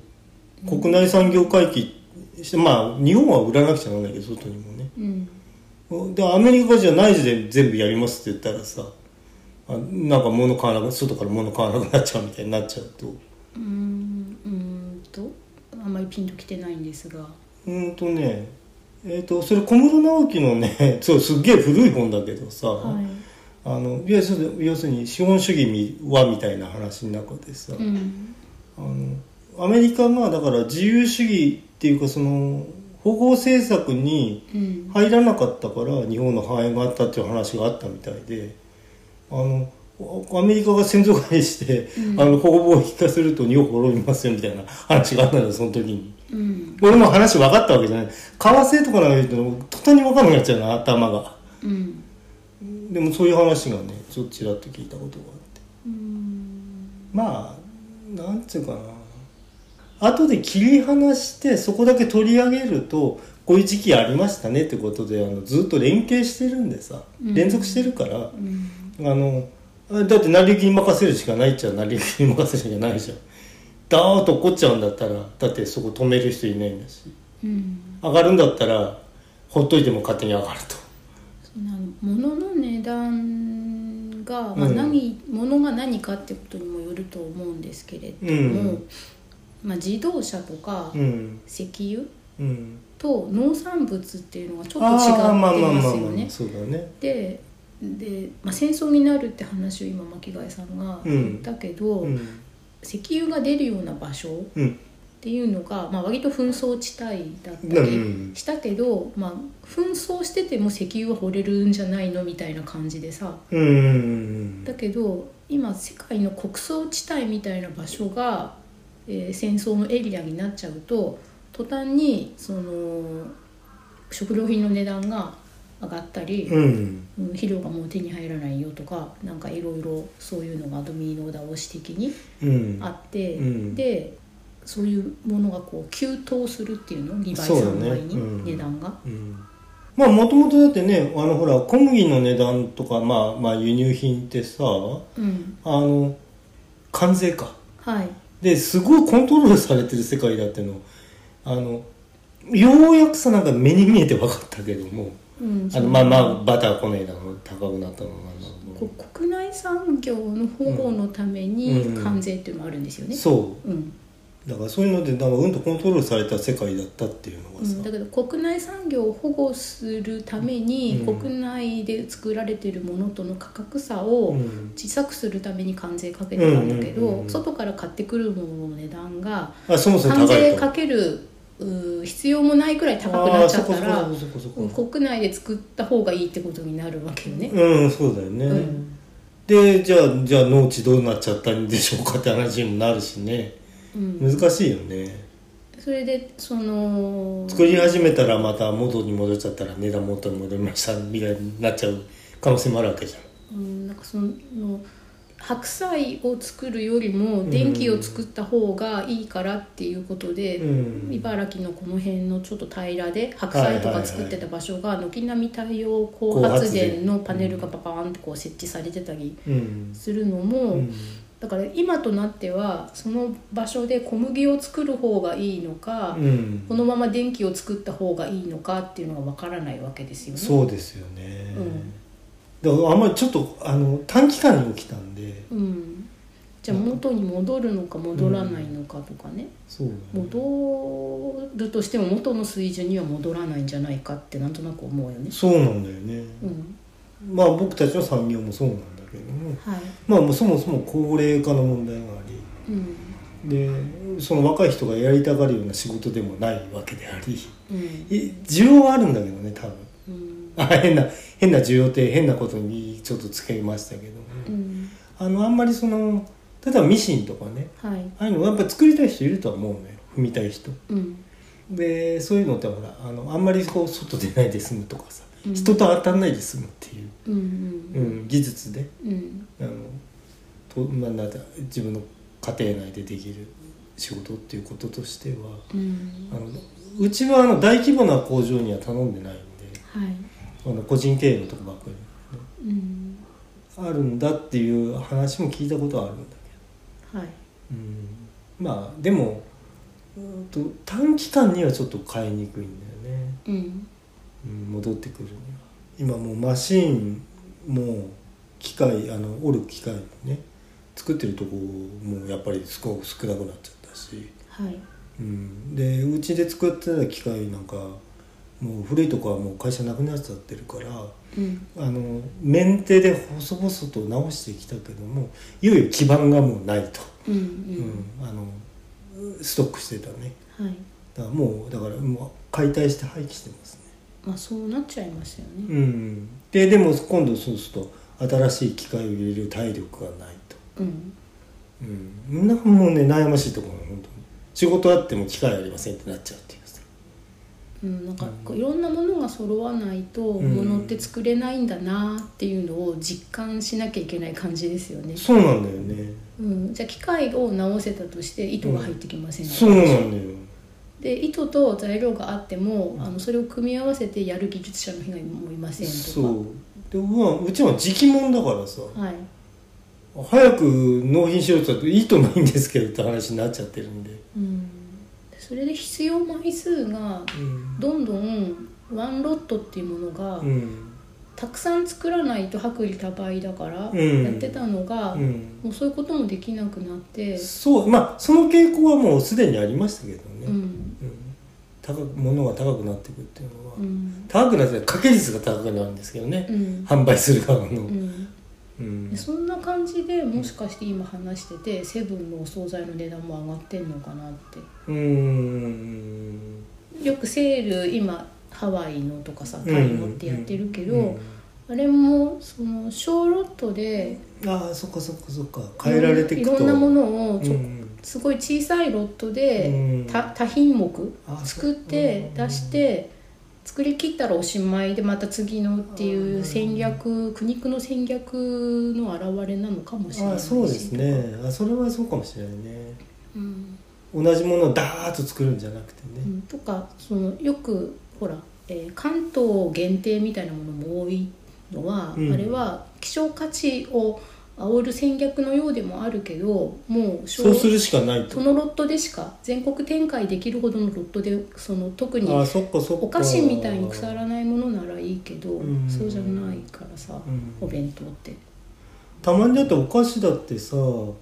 A: 国内産業回帰してまあ日本は売らなくちゃならないけど外にもね
B: うん
A: でアメリカじゃ内需で全部やりますって言ったらさあなんか物買わなく外から物買わなくなっちゃうみたいになっちゃうと
B: うーんうーんとあんまりピンときてないんですが
A: うんとねえー、とそれ小室直樹のね そうすっげえ古い本だけどさ、
B: はい
A: あのいやそうだ要するに資本主義はみたいな話の中でさ、
B: うん
A: あのアメリカがだから自由主義っていうかその保護政策に
B: うん
A: 入らなかったから日本の繁栄があったっていう話があったみたいであのアメリカが先祖返して、
B: うん
A: あの保護貿易化すると日本滅びますよみたいな話があったんだよその時に。
B: うん
A: 俺も話分かったわけじゃない為替とかなんか言うと途端に分かんなくなっちゃうな頭が
B: うん
A: でもそういう話がねちょっとちらっと聞いたことがあって
B: うん
A: まあなんていうかな後で切り離してそこだけ取り上げるとこういう時期ありましたねってことであのずっと連携してるんでさ
B: うん
A: 連続してるから、
B: うん
A: あのだって成り行きに任せるしかないっちゃ成り行きに任せるしかないじゃんダーッと怒っちゃうんだったらだってそこ止める人いないんだし
B: うん
A: 上がるんだったらほっといても勝手に上がる
B: そんな物の値段が、まあ
A: うん
B: 何物が何かってことにもよると思うんですけれども、
A: うん
B: まあ、自動車とか
A: とうん
B: 石油
A: うん
B: と農産物っていうのがちょっと違って
A: ああまあまあまあ
B: ますよ
A: ま
B: ね
A: あ。そうだね
B: でで、まあ、戦争になるって話を今巻貝さんが言ったけど、
A: うん
B: 石油が出るような場所っ
A: うん
B: ていうのが、まあ、割と紛争地帯だった
A: うん
B: りしたけど、まあ、紛争してても石油は掘れるんじゃないのみたいな感じでさ
A: うんうん
B: だけど今世界の穀倉地帯みたいな場所が、えー戦争のエリアになっちゃうと途端にその食料品の値段が上がったり。
A: うん
B: うん肥料がもう手に入らないよとかなんかいろいろそういうのがドミノ倒し的に
A: うん
B: あって、
A: うん
B: でそういうものがこう急騰するっていうの2倍
A: そうだね
B: 3倍に、
A: うん
B: 値段が。
A: うんまあもともとだってねあのほら小麦の値段とかまあまあ輸入品ってさあ
B: うん
A: の関税か
B: はい
A: ですごいコントロールされてる世界だってのあのようやくさなんか目に見えて分かったけども
B: うん、
A: あ
B: そ
A: の
B: の
A: まあまあバターこねえだの高くなったのなんだろ
B: こ国内産業の保護のために
A: うん
B: 関税っていうのもあるんですよ
A: う
B: ね。
A: そ
B: うん
A: うだからそういうのでなんかうんとコントロールされた世界だったっていうの
B: う
A: がさ
B: ん、だけど国内産業を保護するために、
A: うん
B: 国内で作られてるものとの価格差を、
A: うん
B: 小さくするために関税かけてたんだけど、
A: うんうんうんうん
B: 外から買ってくるものの値段が
A: あそもそも
B: 関
A: 高い
B: 税
A: と
B: かけるうー必要もないくらい高く
A: あ
B: な
A: あ
B: っち
A: そ
B: ゃっ
A: こ
B: た
A: そ
B: ら
A: こそこそこ
B: うん国内で作った方がいいってことになるわけよね。
A: うんそうだよね、
B: うん
A: でじゃあじゃあ農地どうなっちゃったんでしょうかって話にもなるしね
B: うん、
A: 難しいよね
B: それでその
A: 作り始めたらまた元に戻っちゃったら値段元に戻りましたみたいになっちゃう可能性もあるわけじゃん
B: うん、なんかその白菜を作るよりも
A: ん
B: 電気を作った方がいいからっていうことで、
A: うん
B: 茨城のこの辺のちょっと平らで白菜とか作ってた場所が軒並み太陽光発電のパネルがパパーンってこう設置されてたり
A: うん、
B: するのも、
A: うん
B: だから今となってはその場所で小麦を作る方がいいのか、
A: うん
B: このまま電気を作った方がいいのかっていうのがわからないわけですよね。
A: そうですよね、
B: うん
A: だからあんまりちょっとあの短期間に起きたんで
B: うん、じゃあ元に戻るのか戻らないのかとかね、
A: そうだね
B: 戻るとしても元の水準には戻らないんじゃないかってなんとなく思うよね。
A: そうなんだよね、
B: うん、
A: まあ僕たちの産業もそうなんだけども
B: はい、
A: まあもうそもそも高齢化の問題があり
B: うん、
A: でその若い人がやりたがるような仕事でもないわけであり
B: うん、
A: い需要はあるんだけどね多分
B: うん、
A: あ変な変な需要って変なことにちょっとつけましたけど、
B: うん、
A: あのあんまりその例えばミシンとかね
B: はい、
A: ああいうのやっぱ作りたい人いるとは思うのよ踏みたい人
B: うん、
A: でそういうのってほらあのあんまりこう外出ないで済むとかさ、
B: うん
A: 人と当たんないで済むっていう、
B: うん、うん、
A: うん、技術で
B: うん、
A: あのと、まあ、なんだ自分の家庭内でできる仕事っていうこととしては
B: うん、
A: あのうちはあの大規模な工場には頼んでないんで
B: はい、
A: あの個人経営のとこばっかり
B: うん、
A: あるんだっていう話も聞いたことはあるんだ
B: はい、
A: けど、うん、まあでもうんと短期間にはちょっと買いにくいんだよね、
B: うん、
A: うん、戻ってくるには今もうマシンも機械あの折る機械もね作ってるとこもやっぱりすごく少なくなっちゃったし、
B: はい、
A: うん、でうちで作ってた機械なんかもう古いとこはもう会社なくなっちゃってるから
B: うん、
A: あのメンテで細々と直してきたけどもいよいよ基盤がもうないと、
B: うん、う
A: うん
B: ん、
A: あのストックしてたね
B: はい、
A: だからもうだからもう解体して廃棄してますね
B: まあそうなっちゃいますよね。
A: うん、ででも今度そうすると新しい機械を入れる体力がないと、
B: うん、
A: うん、なんかもうね悩ましいところなの本当に仕事あっても機械ありませんってなっちゃうっていうさ
B: うん、なんかこういろんなものが揃わないと
A: ん
B: ものって作れないんだなっていうのを実感しなきゃいけない感じですよね。
A: そうなんだよね
B: うん、じゃあ機械を直せたとして糸が入ってきません、
A: そうなんだよ
B: で糸と材料があってもあのそれを組み合わせてやる技術者の人もいませんとか
A: そうでうわうちは時期もんだからさ
B: はい
A: 早く納品しろって言ったらいいとないんですけどって話になっちゃってるんで、
B: うん、それで必要枚数が
A: うん
B: どんどんワンロットっていうものが
A: うん
B: たくさん作らないと薄利多売だから
A: うん
B: やってたのが、
A: うん、
B: もうそういうこともできなくなって、
A: そうまあその傾向はもうすでにありましたけどね、
B: うん
A: うん、高く物が高くなっていくっていうのは、
B: うん
A: 高くなって掛け率が高くなるんですけどね、
B: うん
A: 販売する側の、う
B: うんん、でそんな感じでもしかして今話しててセブンのお惣菜の値段も上がってんのかなっ
A: うーん
B: てよくセール今ハワイのとかさタイのってやってるけど、
A: うん
B: あれもその小ロットで
A: ああそっかそっかそっか変えられていくと
B: いろんなものをちょ、
A: うん
B: すごい小さいロットで、
A: うん
B: た多品目
A: あそう
B: 作っ
A: う
B: て
A: ん
B: 出して作り切ったらおしまいでまた次のっていう戦略苦肉の戦略の表れなのかもし
A: あ
B: れない
A: あ
B: し
A: そうです、ねあそれはそうかもしれないね
B: うん
A: 同じものをダーッと作るんじゃなくて
B: う
A: ね、
B: ん、とかそのよくほら、えー関東限定みたいなものも多いのは、
A: うん
B: あれは希少価値を煽る戦略のようでもあるけどもう
A: そうするしかない
B: そ
A: と
B: のロットでしか全国展開できるほどのロットでその特に
A: ああそっかそっか
B: お菓子みたいに腐らないものならいいけど、
A: うん
B: そうじゃないからさ、
A: うん
B: お弁当って。
A: たまにだってお菓子だってさあの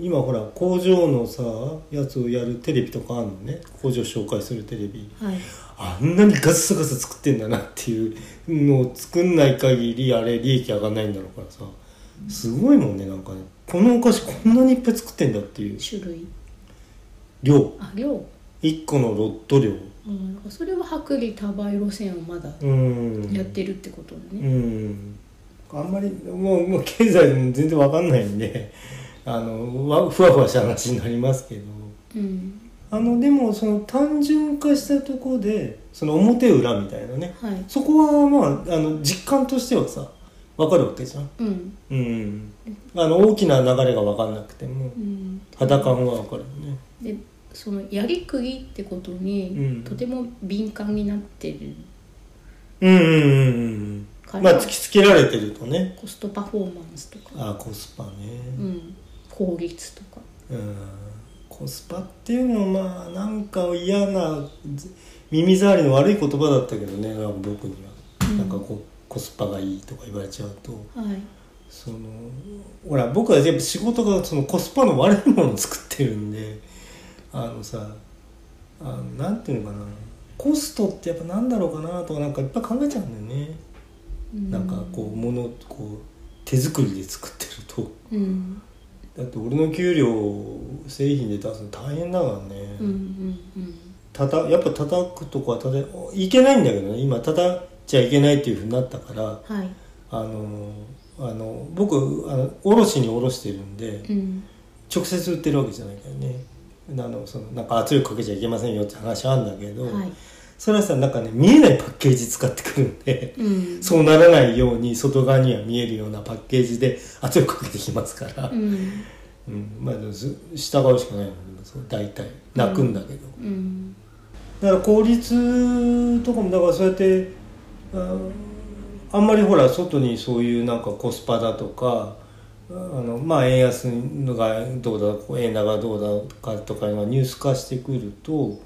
A: 今ほら工場のさやつをやるテレビとかあるのね工場紹介するテレビ
B: はい、
A: あんなにガサガサ作ってんだなっていうのを作んない限りあれ利益上がんないんだろうからさすごいもんねなんかねこのお菓子こんなにいっぱい作ってんだっていう
B: 種類
A: 量
B: あ量、
A: 1個のロット量
B: うん、なんかそれは薄利多売路線をまだ
A: うん
B: やってるってことだね。
A: うんあんまりもうもう経済も全然わかんないんであのわふわふわした話になりますけど
B: うん、
A: あのでもその単純化したところでその表裏みたいなね
B: はい、
A: そこはまああの実感としてはさわかるわけじゃん
B: うん、
A: うんあの大きな流れが分かんなくても
B: うん、
A: 肌感は分かるよね
B: で、そのやりくぎってことに、
A: うん
B: とても敏感になってる
A: うんうんうん
B: か
A: うん
B: ら、
A: まあ突きつけられてるとね
B: コストパフォーマンスとか、
A: あコスパね
B: うん、効率とか、
A: うんコスパっていうのはまあなんか嫌なず耳障りの悪い言葉だったけどねなんか僕には、
B: うん
A: なんかこうコスパがいいとか言われちゃうと
B: はい、
A: そのほら僕はやっぱ仕事がそのコスパの悪いものを作ってるんであのさあのなんていうのかなコストってやっぱなんだろうかなとかなんかいっぱい考えちゃうんだよね、なんかこうものこう手作りで作ってると
B: うん
A: だって俺の給料製品で出すの大変だからね、
B: うんうんうん
A: たたやっぱ叩くとこは叩いけないんだけどね今叩っちゃいけないっていうふうになったから
B: はい
A: あのあの僕あの卸に卸してるんで
B: うん
A: 直接売ってるわけじゃないからねあのそのなんか圧力かけちゃいけませんよって話あるんだけど、
B: はい
A: それはさなんかね見えないパッケージ使ってくるんで
B: うん
A: そうならないように外側には見えるようなパッケージで 圧力かけてきますから、う
B: うんん
A: まあでもず従うしかないのでそう大体泣くんだけど。
B: うん
A: だから効率とかもだからそうやってああんまりほら外にそういうなんかコスパだとかあのまあ円安がどうだ円高がどうだかとかいうのがニュース化してくると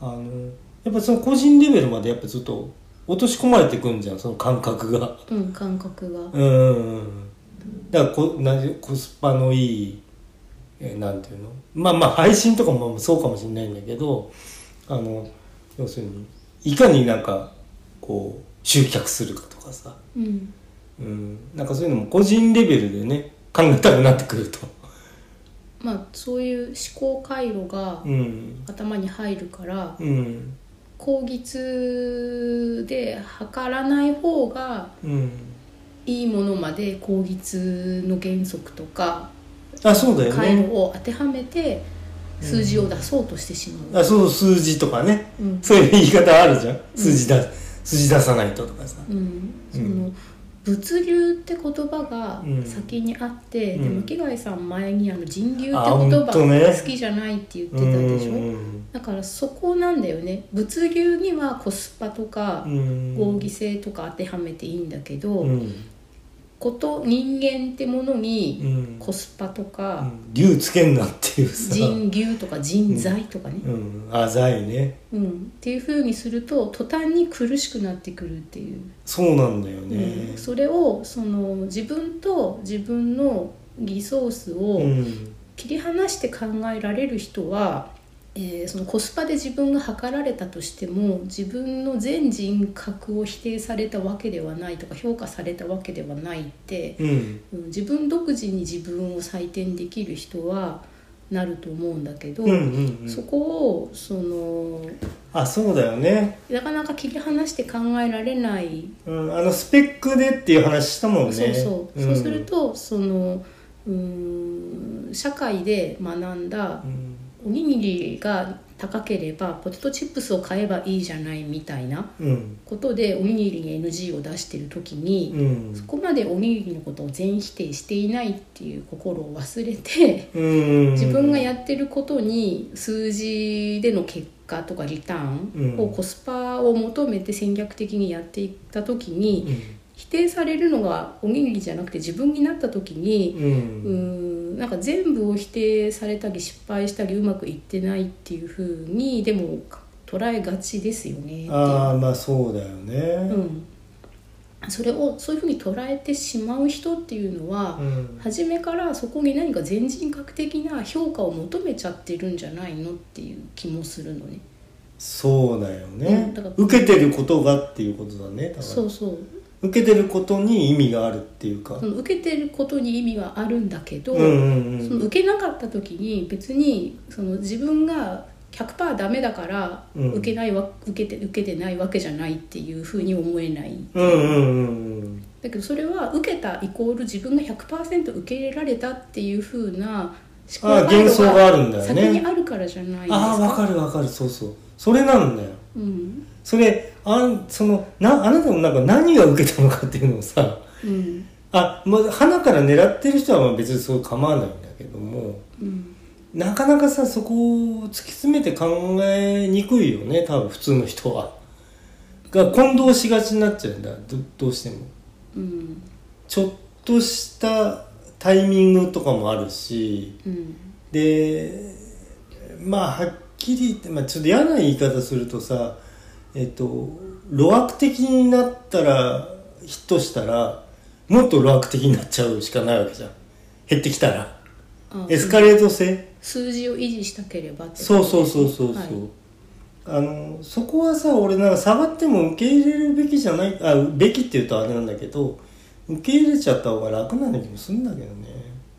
A: あのやっぱその個人レベルまでやっぱずっと落とし込まれてくんじゃんその感覚が。
B: うん感覚が
A: うんうんうんだからこなんてコスパのいい、えーなんていうのまあまあ配信とかもそうかもしれないんだけどあの要するにいかになんかこう集客するかとかさ、
B: うん
A: うん、なんかそういうのも個人レベルでね考えたくなってくると。
B: まあそういう思考回路が
A: うん
B: 頭に入るから
A: うん
B: 口実で測らない方が
A: うん、
B: いいものまで口実の原則とか
A: あそうだよ
B: 回路
A: ね
B: を当てはめて数字を出そうとしてしまう。
A: あそう数字とかね
B: うん
A: そういう言い方あるじゃん数字だ、数字出さないととかさ
B: うん、
A: う
B: そ
A: ん
B: の物流って言葉
A: うん
B: が先にあって、
A: うん
B: でも木貝さん前にあの人流って言
A: あほんとね
B: 葉好きじゃないって言ってたでしょ、
A: うん
B: だからそこなんだよね物流にはコスパとか
A: うん
B: 合議性とか当てはめていいんだけど、
A: うん
B: こと人間ってもの
A: う
B: に
A: ん
B: コスパとか、
A: 竜つけんなっていうさ、
B: 人流とか人材とかね、
A: うん、あざいね
B: うんっていう風にすると途端に苦しくなってくるっていう、
A: そうなんだよね、
B: うんそれをその自分と自分のリソース
A: う
B: を
A: ん
B: 切り離して考えられる人は、えーそのコスパで自分が測られたとしても自分の全人格を否定されたわけではないとか評価されたわけではないって、
A: うん
B: うん自分独自に自分を採点できる人はなると思うんだけど。
A: うんうんう
B: そ
A: ん
B: こをその
A: あそうだよね、
B: なかなか切り離して考えられない、
A: うん、あのスペックでっていう話したもんね
B: そうそう、
A: ん
B: そうするとそのうーん社会で学んだ
A: うん
B: おにぎりが高ければポテトチップスを買えばいいじゃないみたいな
A: うん
B: ことでおにぎりに NG を出してる時に、
A: うん
B: そこまでおにぎりのことを全否定していないっていう心を忘れて。
A: うん
B: 自分がやってることに数字での結果とかリターンを
A: うん
B: コスパを求めて戦略的にやっていった時
A: う
B: に
A: ん
B: 否定されるのがおにぎりじゃなくて自分になった時に
A: う
B: うー
A: ん
B: んなんか全部を否定されたり失敗したりうまくいってないっていう風にでも捉えがちですよねっていう
A: ああまあそうだよね、
B: うん、それをそういう風に捉えてしまう人っていうのは、
A: うん
B: 初めからそこに何か全人格的な評価を求めちゃってるんじゃないのっていう気もするのね。
A: そうだよ
B: う
A: ね
B: んだから
A: 受けてることがっていうことだねだから
B: そうそう
A: 受けてることに意味があるっていうか
B: その受けてることに意味はあるんだけど、
A: うんうん
B: その受けなかった時に別にその自分が100%ダメだから
A: うん
B: 受けないわ、受けて受けてないわけじゃないっていうふうに思えない
A: うんうんうんうん
B: だけどそれは受けたイコール自分が100%受け入れられたっていう風な思
A: あ幻想があるんだよ
B: 先
A: ね
B: にあるからじゃないです
A: ああわかるわかるそうそうそれなんだよ
B: うん
A: それあんそのなあなたもなんか何が受けたのかっていうのをさ
B: うん
A: あ、まあ、花から狙ってる人はまあ別にそう構わないんだけども
B: うん
A: なかなかさそこを突き詰めて考えにくいよね多分普通の人はが混同しがちになっちゃうんだどどうしても
B: うん
A: ちょっとしたタイミングとかもあるし
B: うん
A: でまあはっきり言って、まあ、ちょっと嫌な言い方するとさえっと路悪的になったらヒットしたらもっと楽的になっちゃうしかないわけじゃん減ってきたら
B: あ
A: エスカレート性
B: 数字を維持したければってこと
A: そうそうそうそうそう、
B: はい
A: あのそこはさ俺なんか下がっても受け入れるべきじゃないあべきっていうとあれなんだけど受け入れちゃった方が楽な気もするんだけどね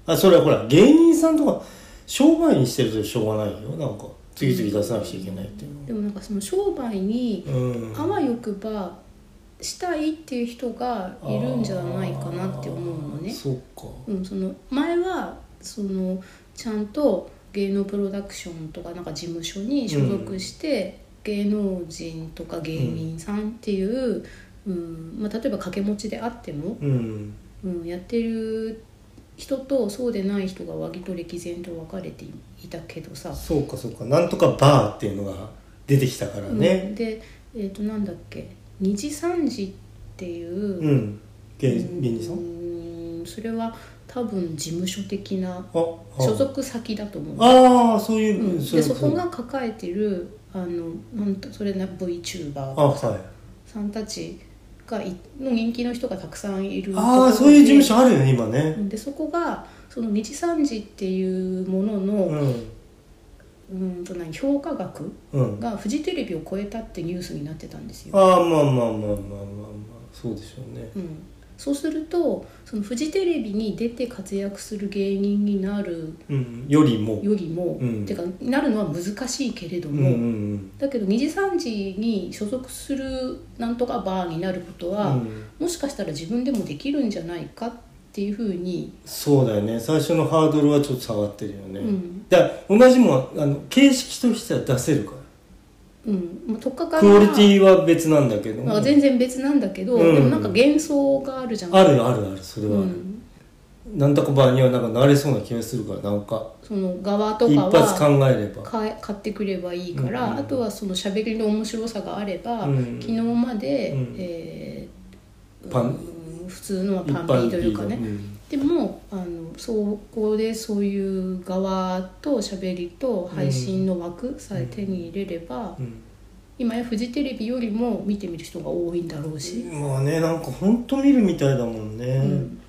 A: あそれはほら芸人さんとか商売にしてるとしょうがないよなんか次々出さなくちゃいけないっていうのは
B: でもなんかその商売に
A: うん
B: あわよくばしたいっていう人がいるんじゃないかなって思うの
A: あー
B: ね。
A: そっか
B: うん、その前はそのちゃんと芸能プロダクションとかなんか事務所に所属して、芸能人とか芸人さんっていう、うんまあ、例えば掛け持ちであっても、
A: うん
B: うん、やってる人とそうでない人が割と歴然と分かれていたけどさ、
A: そうかそうかなんとかバーっていうのが出てきたから
B: う
A: ね
B: んで、えー、となんだっけ2時3時っていう、
A: うん、芸芸人さん
B: うんそれは多分事務所的な
A: ああ
B: 所属先だと思う
A: ああそういう、
B: うん
A: そ
B: で
A: う
B: そこ
A: あ
B: が抱えてるあのなんとそれな VTuber
A: はい
B: さんたちがいの人気の人がたくさんいる
A: ああそういう事務所
B: 所
A: あるよね今ね
B: でそこがその日産時っていうものの、
A: う
B: うんん、と何評価額
A: うん
B: がフジテレビを超えたってニュースになってたんですよ、
A: ああまあまあまあまあまあまあそうでしょうね
B: うん、そうするとそのフジテレビに出て活躍する芸人になる
A: うんよりも
B: よりも、
A: うん
B: てかなるのは難しいけれど
A: うん
B: も、
A: うん
B: だけど二次三次に所属するなんとかバーになること
A: う
B: は、
A: ん
B: もしかしたら自分でもできるんじゃないかっていうふうに、
A: そうだよね最初のハードルはちょっと下がってるよね、
B: うん
A: だから同じもんあの形式としては出せるか
B: うんまあ、とっかからり
A: クオ
B: は
A: リティは別なんだけど
B: ま
A: も
B: あ、全然別なんだけど、
A: うん
B: でもなんか幻想があるじゃん
A: あるよあるあるそれはあ
B: う
A: る、
B: ん、
A: なんとか場にはなんか慣れそうな気がするからなんか
B: その側と
A: 一
B: か
A: 発考
B: は
A: えれば
B: 買え買ってくればいいから、
A: うん
B: あとはその喋りの面白さがあれば、
A: うん
B: 昨日まで、
A: うん
B: えー
A: パン
B: うん普通のは
A: 一
B: パンピ
A: 般
B: ーというかね、
A: うん
B: でもあのそこでそういう側と喋りと配信の枠さえ手に入れれば、
A: うん
B: 今やフジテレビよりも見てみる人が多いんだろうし、
A: まあねなんかほんと見るみたいだもんね、
B: うん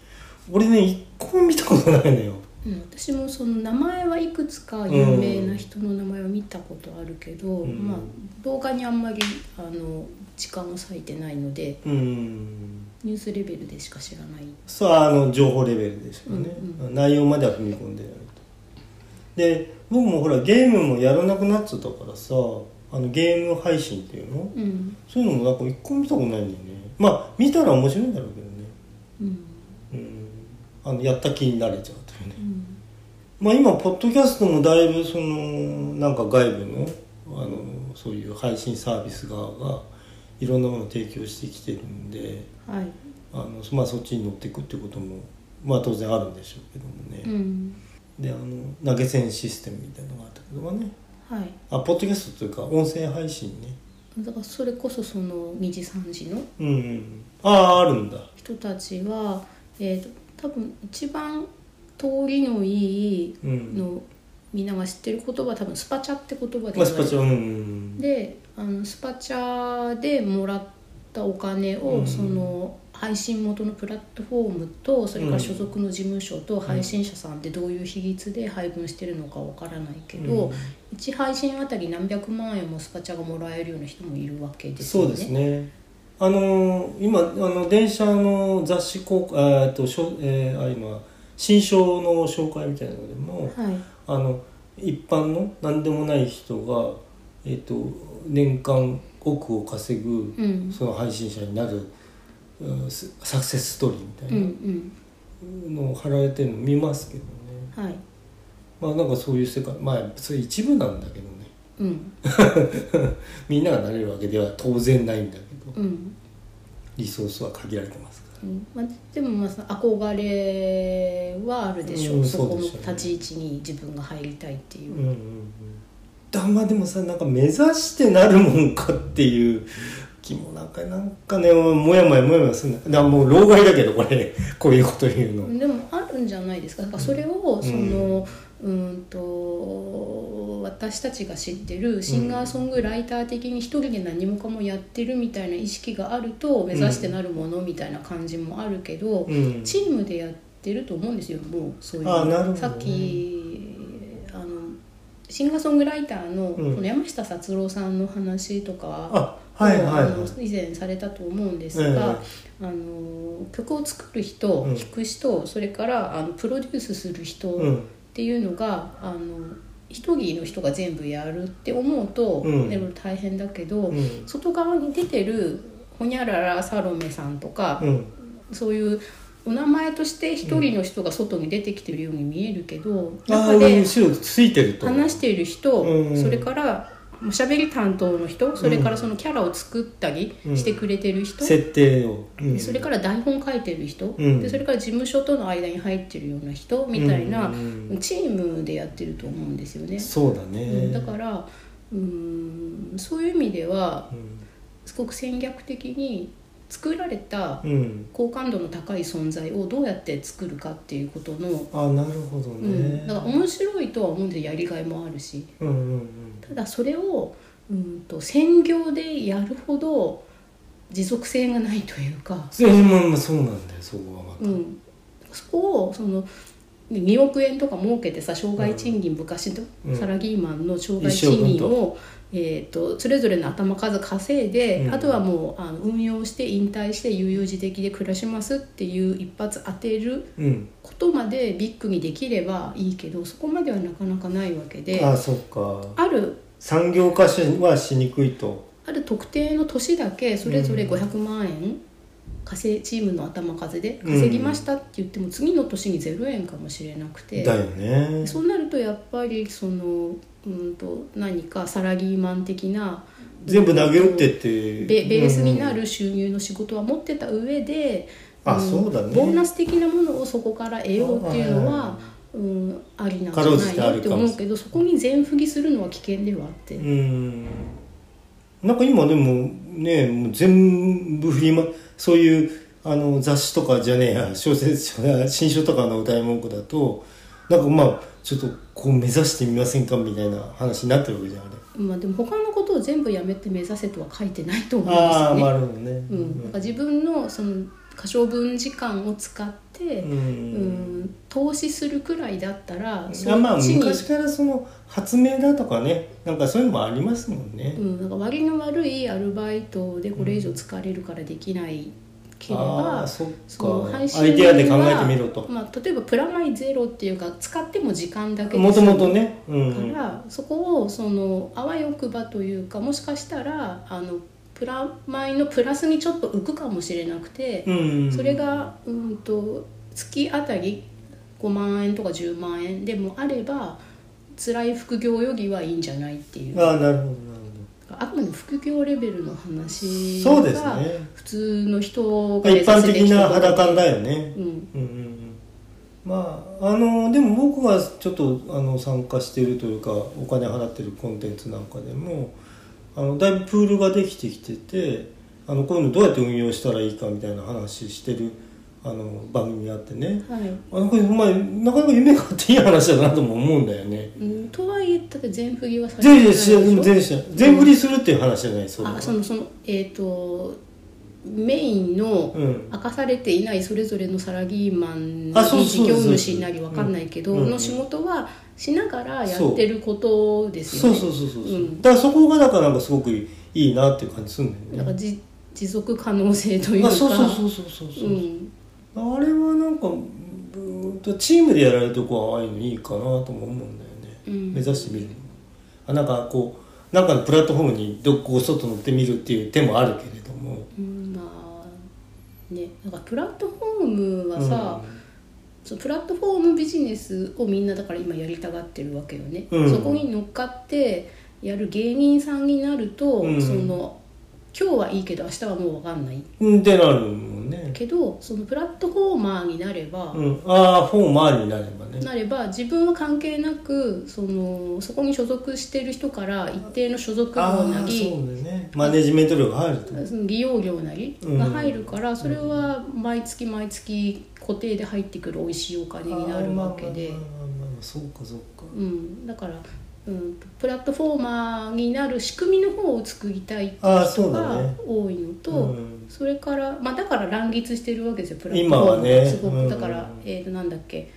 A: 俺ね一個も見たことないのよ
B: うん私もその名前はいくつか有名な人の名前を見たことあるけど、
A: うん
B: まあ、動画にあんまりあの時間を割いてないので
A: うん
B: ニュースレベルでしか知らない。
A: そうあの情報レベルですよね、
B: うん
A: 内容までは踏み込んでやるとで僕もほらゲームもやらなくなっちゃったからさあのゲーム配信っていうの
B: うん
A: そういうのもなんか一個も見たことないんだよねまあ見たら面白いんだろうけどね
B: うん
A: うんあのやった気になれちゃうというね
B: うん
A: まあ今ポッドキャストもだいぶそのなんか外部のあのそういう配信サービス側がいろんなものを提供してきてるんで
B: はい
A: あの、まあ、そっちに乗っていくってことも、まあ、当然あるんでしょうけどもね、
B: うん
A: であの投げ銭システムみたいなのがあったけどね
B: はい
A: あポッドキャストというか音声配信ね
B: だからそれこそその2時3時の
A: うん、うん、あああるんだ
B: 人たちは、えー、と多分一番通りのいい
A: うん
B: の、みんなが知ってる言葉は多分スパチャって言葉で
A: まあ
B: 言
A: スパ
B: われ
A: チ
B: て
A: ャうんうん
B: であのスパチャでもらったお金を、
A: うん
B: その配信元のプラットフォームとそれから所属の事務所と配信者さんってどういう比率で配分してるのかわからないけど、
A: うん
B: 一配信あたり何百万円もスパチャがもらえるような人もいるわけです
A: そ
B: よ
A: う
B: ね。
A: ですねあのー今あの電車の雑誌公開えーっとしょ、えーあ今新書の紹介みたいなのでも
B: はい
A: あの一般の何でもない人が、えーっと年間億を稼ぐ
B: うん
A: その配信者になる、うんすサクセスストーリーみ
B: う
A: た
B: ん
A: い
B: うん
A: なのを貼られてるの見ますけどね、
B: はい
A: まあなんかそういう世界まあそれ一部なんだけどね
B: うん
A: みんながなれるわけでは当然ないんだけど
B: うん、
A: リソースは限られてますから。
B: うんまあ、でもまあその憧れはあるでしょう、
A: うん
B: そこ
A: そう
B: の
A: でしょうね
B: 立ち位置に自分が入りたいっていうう、
A: んうんうんだまあでもさなんか目指してなるもんかっていう気もなんかなんかねもやもやもやもやするんだだからもう老害だけどこれこういうこと言うの
B: でもあるるんじゃないですかだからそれをその、うん、と私たちが知ってるシンガーソングライター的に一人で何もかもやってるみたいな意識があると目指してなるものみたいな感じもあるけど、
A: うん
B: チームでやってると思うんですよもうそういう
A: あなるほどね
B: さっきあのシンガーソングライターの,、
A: うん
B: この山下達郎さんの話とか
A: あはいはいはい
B: あの以前されたと思うんですが、あの曲を作る人、
A: うん
B: 弾く人それからあのプロデュースする人
A: う
B: っ
A: ん
B: ていうのが、あの一人の人が全部やるって思うと、
A: うん
B: でも大変だけど、
A: うん
B: 外側に出てるほにゃららサロメさんとか、
A: うん
B: そういうお名前として一人の人が外に出てきてるように見えるけど、
A: あ
B: 中
A: あ上に
B: で
A: 白くついてると
B: 話している人、
A: うん
B: それからおしゃべり担当の人それからそのキャラを作ったりしてくれてる人、
A: 設定を、うん
B: でそれから台本書いてる人、
A: うん
B: でそれから事務所との間に入ってるような人みたいな、
A: うんうんう
B: チームでやってると思うんですよね。
A: そうだ
B: うん
A: ね
B: だからうんそういう意味ではすごく戦略的に作られた
A: うん、うん、
B: 好感度の高い存在をどうやって作るかっていうことの、
A: あなるほど
B: う
A: ね、
B: ん、だから面白いとは思うんですよやりがいもあるし
A: うんうんうん
B: ただそれをうんと専業でやるほど持続性がないというか、
A: それまあまあそうなんだよそこはまた、
B: うん、そこをその2億円とか儲けてさ障害賃金昔の
A: うん
B: サラリーマンの障害賃
A: 一生分
B: 金を、えー、とそれぞれの頭数稼いで、
A: うん
B: あとはもうあの運用して引退して悠々自適で暮らしますっていう一発当てる
A: うん
B: ことまでビッグにできればいいけどそこまではなかなかないわけで
A: あ
B: あ
A: あそっか
B: る
A: 産業化しはしにくいと
B: ある特定の年だけそれぞれ
A: うん
B: 500万円稼いチームの頭数で稼ぎましたって言っても次の年に0円かもしれなくて、
A: だよね
B: そうなるとやっぱりそのうんと何かサラリーマン的な
A: 全部投げ打ってって
B: ベベースにな
A: うん
B: る収入の仕事は持ってた上で、
A: あ
B: ん
A: そうだね
B: ボーナス的なものをそこから得ようっていうの
A: あは
B: は、うん、ありなんじ
A: か
B: ゃない
A: ろう
B: のっ
A: じて
B: て
A: あるかも
B: 思うけどそこに全振りするのは危険ではあって、
A: うんなんか今でもねもう全部振りまそういうあの雑誌とかじゃねえや 小説や新書とかの歌い文句だとなんかまあちょっとこう目指してみませんかみたいな話になってるわけじゃんあれ
B: まあ、でも他のことを全部やめて目指せとは書いてないと思うんです
A: あ
B: よ
A: あ
B: ね。
A: なるほどね
B: う、
A: うん
B: だから自分のその可処分時間を使って、
A: ん
B: うん投資するくらいだったら
A: あまあ
B: っちに
A: 昔からその発明だとかねなんかそういうのもありますもんね
B: う、ん、なんか割の悪いアルバイトでこれ以上疲れるからできないければ、
A: ああそっ
B: その
A: かア
B: 配
A: イ
B: 信
A: デアで考えてみろと
B: まあ、例えばプラマイゼロっていうか使っても時間だけ
A: もともとねう
B: だか
A: ん
B: ら、そこをそのあわよくばというかもしかしたらあのプラマイのプラスにちょっと浮くかもしれなくて、
A: うん
B: それがうんと月あたり5万円とか10万円でもあれば辛い副業よりはいいんじゃないっていう
A: ああなるほどなる
B: あくまでも副業レベルの話
A: そうですね
B: 普通の人
A: ほど一般的な肌感だ
B: よ、
A: よね
B: うん、
A: うんうんうんまああのでも僕はちょっとあの参加しているというかお金払ってるコンテンツなんかでもあのだいぶプールができてきててあのこういうのどうやって運用したらいいかみたいな話してるあの番組があってね
B: はい、
A: あのこれお前なかなか夢があっていい話だなとも思うんだよね
B: うん、とはいえだって全振りはされてな
A: 全
B: いで
A: 然
B: し
A: 全
B: ょ
A: 然全振りするっていう話じゃないそれは
B: あそのそのえっ、とメインの
A: うん
B: 明かされていないそれぞれのサラリーマン
A: あそう
B: に
A: そう
B: 事
A: そう
B: 業主になりわかんないけど
A: うん
B: の仕事はしながらやってることです
A: そ
B: よ
A: う
B: ね
A: そうそうそう、
B: う
A: うんだからそこがだからなんかすごくいいなっていう感じするんだ
B: だ
A: よね
B: からじ持続可能性というか
A: あそうそうそうそうそうそう、
B: うん
A: あれはなんかうーんとチームでやられるとこはああいうのいいかなとも思うんだよね、
B: うん
A: 目指してみるのもあなんかこうなんかのプラットフォームにどっこう外乗ってみるっていう手もあるけれども
B: うんまあねなんかプラットフォームはさ、そのプラットフォームビジネスをみんなだから今やりたがってるわけよね、
A: うん
B: そこに乗っかってやる芸人さんになると、
A: うん
B: その今日はいいけど明日はもう分かんない
A: うんってなるもんね、
B: けどそのプラットフォーマーになれば、
A: うん、ああフォーマーになればね
B: なれば自分は関係なくそのそこに所属してる人から一定の所属
A: あ
B: 料
A: あ
B: な
A: ー
B: り
A: そうだねマネジメント量が入ると
B: その利用料なりが入るから、それは毎月毎月固定で入ってくる美味しいお金にな
A: あー
B: る
A: まあ
B: わけで
A: まあまあまあまあそうかそうか
B: うんだから、うん、プラットフォーマーになる仕組みの方を作りたいって
A: あーそ
B: 人
A: うだ
B: が
A: ね
B: 多いのとそ,、
A: うん
B: れからまあだから乱立してるわけですよプラット
A: 今
B: フォー
A: は
B: マ
A: ね
B: ーがすごく、
A: うん
B: だからえー、となんだっけ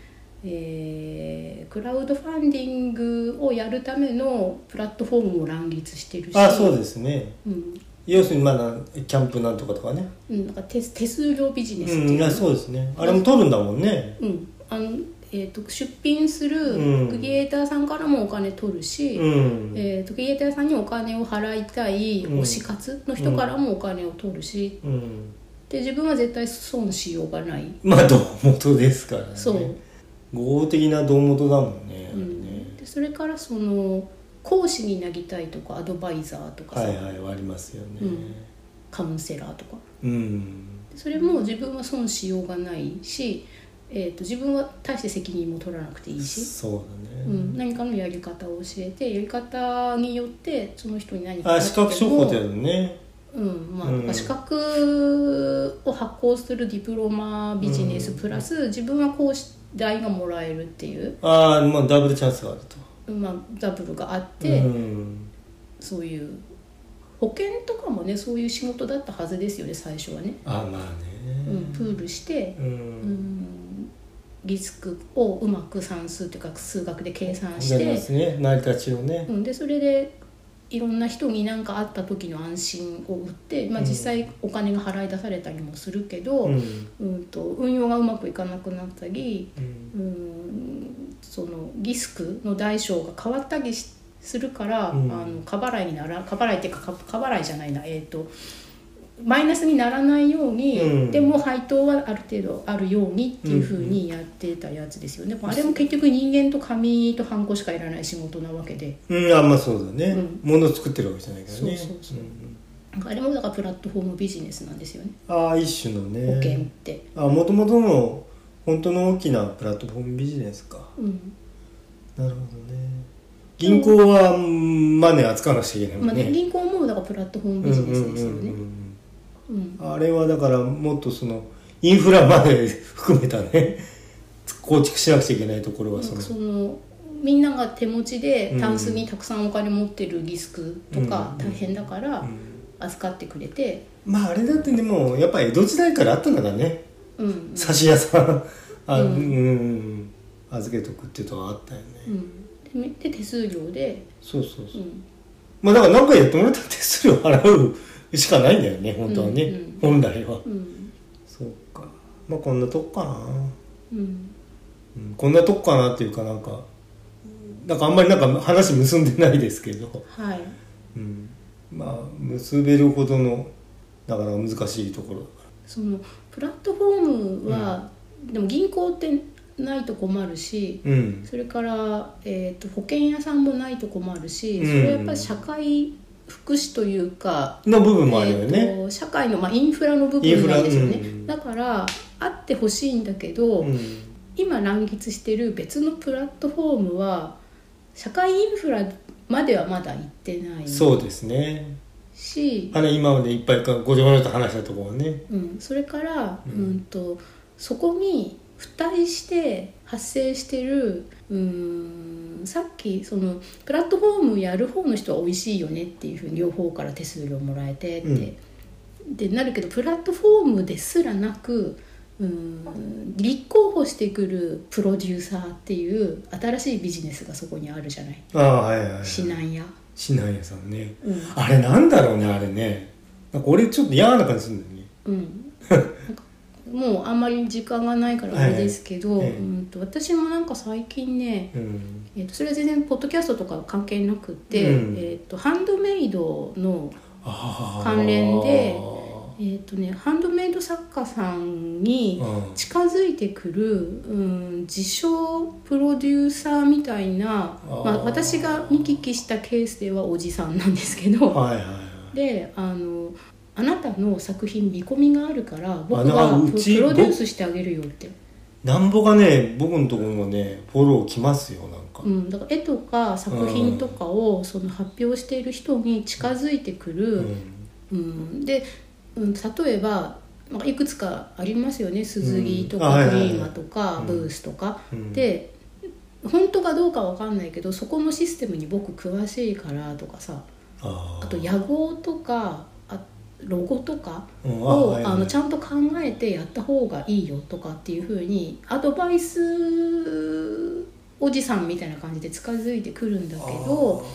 B: えークラウドファンディングをやるためのプラットフォームも乱立してるし
A: あそうですね
B: うん
A: 要するにまあなんキャンプなんとかとかね
B: うん、なんか手手数料ビジ
A: う
B: ネスって
A: ん
B: い
A: いう
B: の
A: やそうですねあれも取るんだもんね
B: うんあのえー、と出品す
A: うん
B: るクリエイターさんからもお金取るし、
A: うん、
B: えー、とクリエイターさんにお金を払いたい
A: うん
B: 推し活の人からもお金を取るし、
A: うん、
B: で自分は絶対損しようがない、
A: まあ胴元ですからね
B: そう、
A: 合法的な胴元だもんね,、
B: うん、でそれからその講師になりたいとかアドバイザーとかさ、
A: はいはいはありますよね
B: カウンセラーとか
A: うん、
B: でそれも自分は損しようがないし、えー、と自分は大して責任も取らなくていいし
A: そうだね、
B: うん、何かのやり方を教えてやり方によってその人に何か
A: あ視覚
B: って
A: 証
B: も
A: 拠ってやつね
B: うんまあ
A: うん
B: だから資格を発行するディプロマビジネスプラス自分はこうし代がもらえるっていう、
A: ああまあダブルチャンスがあると
B: まあ、ダブルがあって、
A: うん、
B: そういう保険とかもねそういう仕事だったはずですよね最初はね、
A: あまあ
B: う
A: ね
B: ん、プールして、
A: うん、
B: うん、リスクをうまく算数というか数学で計算し
A: やりま
B: て
A: すね成り立ちをね、
B: うん、でそれでいろんな人に何かあった時の安心を売って、まあ、
A: うん
B: 実際お金が払い出されたりもするけど、
A: う
B: うんん、と運用がうまくいかなくなったり、
A: うん
B: うん、そのリスクの代償が変わったりしするから、
A: うん
B: あの過払いになら過払いっていうか過過払いじゃないなえっ、とマイナスにならないように、
A: うん
B: でも配当はある程度あるようにっていうふうにやってたやつですよね、でもあれも結局人間と紙とハンコしかいらない仕事なわけで。
A: うん、あまあそうだね、
B: うん
A: 物を作ってるわけじゃないからね
B: そうそうそうんなんかあれもだからプラットフォームビジネスなんですよね
A: ああ一種のね
B: 保険って、
A: あもともとの本当の大きなプラットフォームビジネスか
B: うん
A: なるほどね銀行はうんマネー扱わなくちゃいけないも
B: まあ
A: んね、
B: ね、銀行もだからプラットフォームビジネスですよ
A: うんうんうんう
B: ね
A: ん
B: うん
A: あれはだからもっとそのインフラまで 含めたね構築しなくちゃいけないところはその
B: そのみんなが手持ちでタンスにたくさんお金持ってるリスクとか
A: うん
B: 大変だから
A: うん
B: 預かってくれて
A: まああれだってでもやっぱ江戸時代からあったんだからね
B: うん
A: 差し屋さんあ、う
B: うんん
A: うん預けとくっていうのはあったよね、
B: うんでで手数料で、
A: そうそう
B: う
A: そう、
B: ん、
A: まあだから何回やってもらったら手数料払うしかないんだよね本当はね、
B: うんうん
A: 本来は、
B: うん
A: そうかまあこんなとこかな、
B: うん
A: うん、こんなとこかなっていうかなんかなんかあんまりなんか話結んでないですけど
B: はい
A: うん、まあ結べるほどのなかなか難しいところだか
B: そのプラットフォームは、でも銀行ってないと困るし、
A: らうん
B: それから、えー、と保険屋さんもないと困るし、
A: うん
B: それはやっぱり社会福祉というか、
A: の部分もあるよ
B: え
A: ね、
B: ーと社会の、まあ、インフラの部
A: イン
B: 分
A: フラ
B: なんですよね、
A: うん
B: だからあってほしいんだけど、
A: うん
B: 今乱立してる別のプラットフォームは社会インフラまではまだ行ってない
A: そうですね
B: し、
A: あの今までいっぱいかごちゃごちゃと話したところはね
B: うん、それから、
A: う
B: うんん、とそこに付帯して発生してるうーんさっきそのプラットフォームやる方の人は美味しいよねっていうふうに両方から手数料もらえてって、でなるけどプラットフォームですらなくうーん立候補してくるプロデューサーっていう新しいビジネスがそこにあるじゃない
A: ああはいはい、はい、
B: 指南屋。
A: 指南屋さんね
B: うん
A: あれなんだろうねあれねなんか俺ちょっと嫌な感じするんだよね
B: うん、なんかもうあんまり時間がないからあれですけど、
A: はいはいええ
B: うん、と私もなんか最近ね、
A: うん
B: えー、とそれは全然ポッドキャストとか関係なくて、
A: うん
B: えー、とハンドメイドの、
A: ああ
B: 関連でえーとね、ハンドメイド作家さんに
A: うん
B: 近づいてくる、うん、自称プロデューサーみたいな
A: あー
B: まあ、私が見聞きしたケースではおじさんなんですけど。
A: はいはいはい
B: であのあなたの作品見込みがあるから僕
A: あな
B: が
A: んかう
B: プ
A: ち
B: ロデュースしてあげるよって、
A: なんぼがね僕のところもねフォロー来ますよなんか、
B: うん、だから絵とか作品とかをその発表している人に近づいてくる、
A: うん
B: うんで、うん、例えばまあ、いくつかありますよね鈴木と
A: うんあは
B: か
A: い
B: ク
A: はいはい
B: リーマとか、
A: うん
B: ブースとか、
A: うん
B: で本当かどうかわかんないけどそこのシステムに僕詳しいからとかさ
A: あー
B: あと野号とかあロゴとか
A: うんあ
B: を
A: はい
B: あのちゃんと考えてやった方がいいよとかっていうふうにアドバイスおじさんみたいな感じで近づいてくるんだけど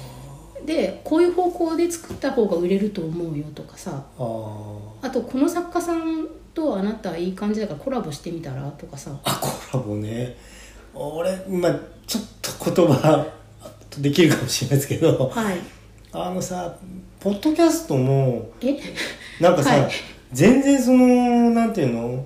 B: でこういう方向で作った方が売れると思うよとかさ
A: あー
B: あとこの作家さんとあなたいい感じだからコラボしてみたらとかさ
A: あコラボね俺まあちょっと言葉できるかもしれないですけど
B: はい
A: あのさポッドキャストも
B: え
A: なんかさ、
B: はい
A: 全然そのなんていうの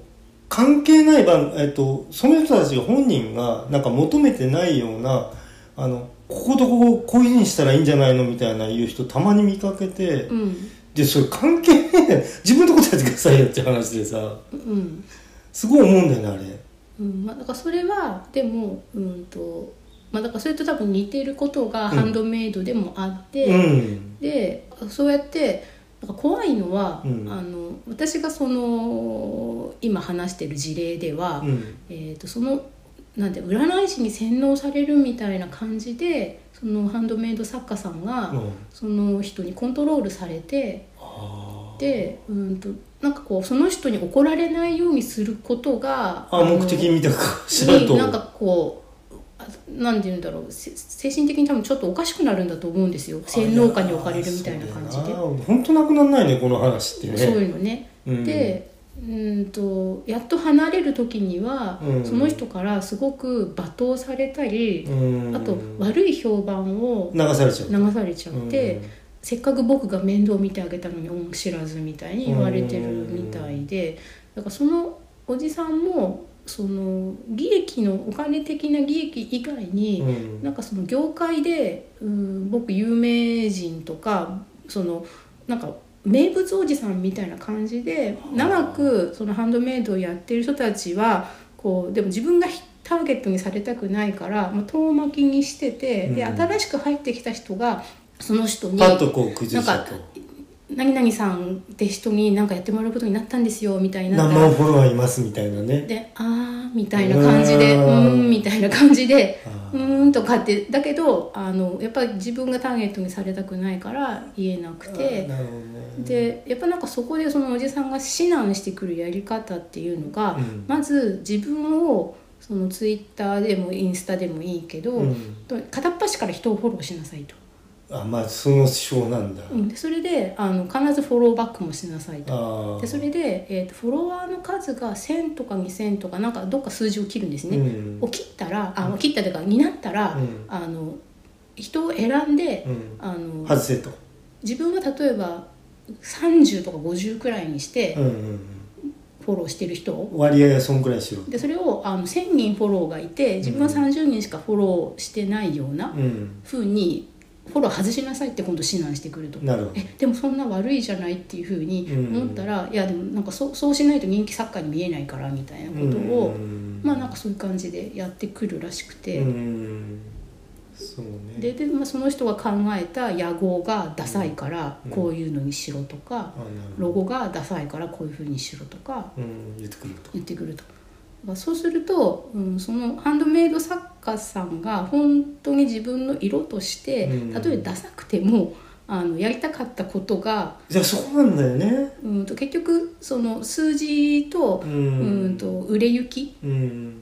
A: 関係ない番、えっと、その人たちが本人がなんか求めてないようなあのこことこここういうふうにしたらいいんじゃないのみたいな言う人たまに見かけて、
B: うん
A: でそれ関係ねえ自分のことやってくださいよって話でさ
B: うん
A: すごい思うんだよね
B: うんまあ、だからそれはでもうんとまあだからそれと多分似てることがハンドメイドでもあって、
A: あれうん
B: でそうやってなんか怖いのは、
A: うん
B: あの私がその今話してる事例では、
A: うん
B: えー、とそのなんて占い師に洗脳されるみたいな感じでそのハンドメイド作家さんが、
A: うん
B: その人にコントロールされて
A: あ
B: でうんとなんかこうその人に怒られないようにすることが
A: あ
B: の
A: 目的見たかしらんと
B: になんかこうあなんて言うんだろうせ精神的に多分ちょっとおかしくなるんだと思うんですよ洗脳下に置かれるみたいな感じで
A: 本当なくなんないねこの話ってね
B: そういうのね。
A: うん
B: でうんとやっと離れる時には、
A: うん
B: その人からすごく罵倒されたり、
A: うん
B: あと悪い評判を
A: 流されちゃう
B: 流されちゃっ
A: うん
B: て、せっかく僕が面倒見てあげたのに恩知らずみたいに言われてるみたいでだからそのおじさんもその利益のお金的な利益以外に、
A: うん
B: なんかその業界でうん僕有名人とかそのなんか名物おじさんみたいな感じで長くそのハンドメイドをやってる人たちはこうでも自分がひターゲットにされたくないから、まあ、遠巻きにしててで
A: うん
B: 新しく入ってきた人がその人に
A: パッとこう崩しちゃうと
B: なん何々さんって人に何かやってもらうことになったんですよみたいな
A: 何万フォロワーいますみたいなね
B: であーみたいな感じで
A: う
B: う
A: ーん
B: ーんみたいな感じで
A: あ
B: う
A: ー
B: ーんとかってだけどあのやっぱり自分がターゲットにされたくないから言えな
A: あ
B: くて
A: なるほどね
B: でやっぱなんかそこでそのおじさんが指南してくるやり方っていうのが、
A: うん
B: まず自分をそのツイッターでもインスタでもいいけど、
A: うん
B: と片っ端から人をフォローしなさいと。
A: あまあその手法なんだ
B: うんでそれであの必ずフォローバックもしなさいと
A: ああ
B: でそれで、えー、とフォロワーの数が1,000とか2,000とかなんかどっか数字を切るんですね。
A: うん
B: を切ったらあ切ったというかになったら、
A: うん
B: あの人を選んで、
A: うん
B: あの
A: 外せと
B: 自分は例えば30とか50くらいにして
A: うんうん
B: フォローしてる人を
A: うん割合はそんくらいしろ
B: でそれをあの1,000人フォローがいて自分は30人しかフォローしてないような
A: うん
B: ふうにフォロー外しなさいって今度指南してくると。
A: なるほど
B: えでもそんな悪いじゃないっていうふうに思ったら、いやでもなんかそうそうしないと人気作家に見えないからみたいなことを、
A: うん
B: まあなんかそういう感じでやってくるらしくて、
A: うんそうね
B: でで、まあ、その人が考えた野号がダサいからこういうのにしろとか、
A: あなるほど
B: ロゴがダサいからこういうふうにしろとか
A: うん言ってくると
B: 言ってくると。だからそうすると、うん、そのハンドメイド作家さんが本当に自分の色として
A: うん
B: 例えばダサくてもあのやりたかったことが、
A: じゃあそうなんだよね
B: うん、と結局その数字と,、
A: う
B: うんん、と売れ行き
A: うん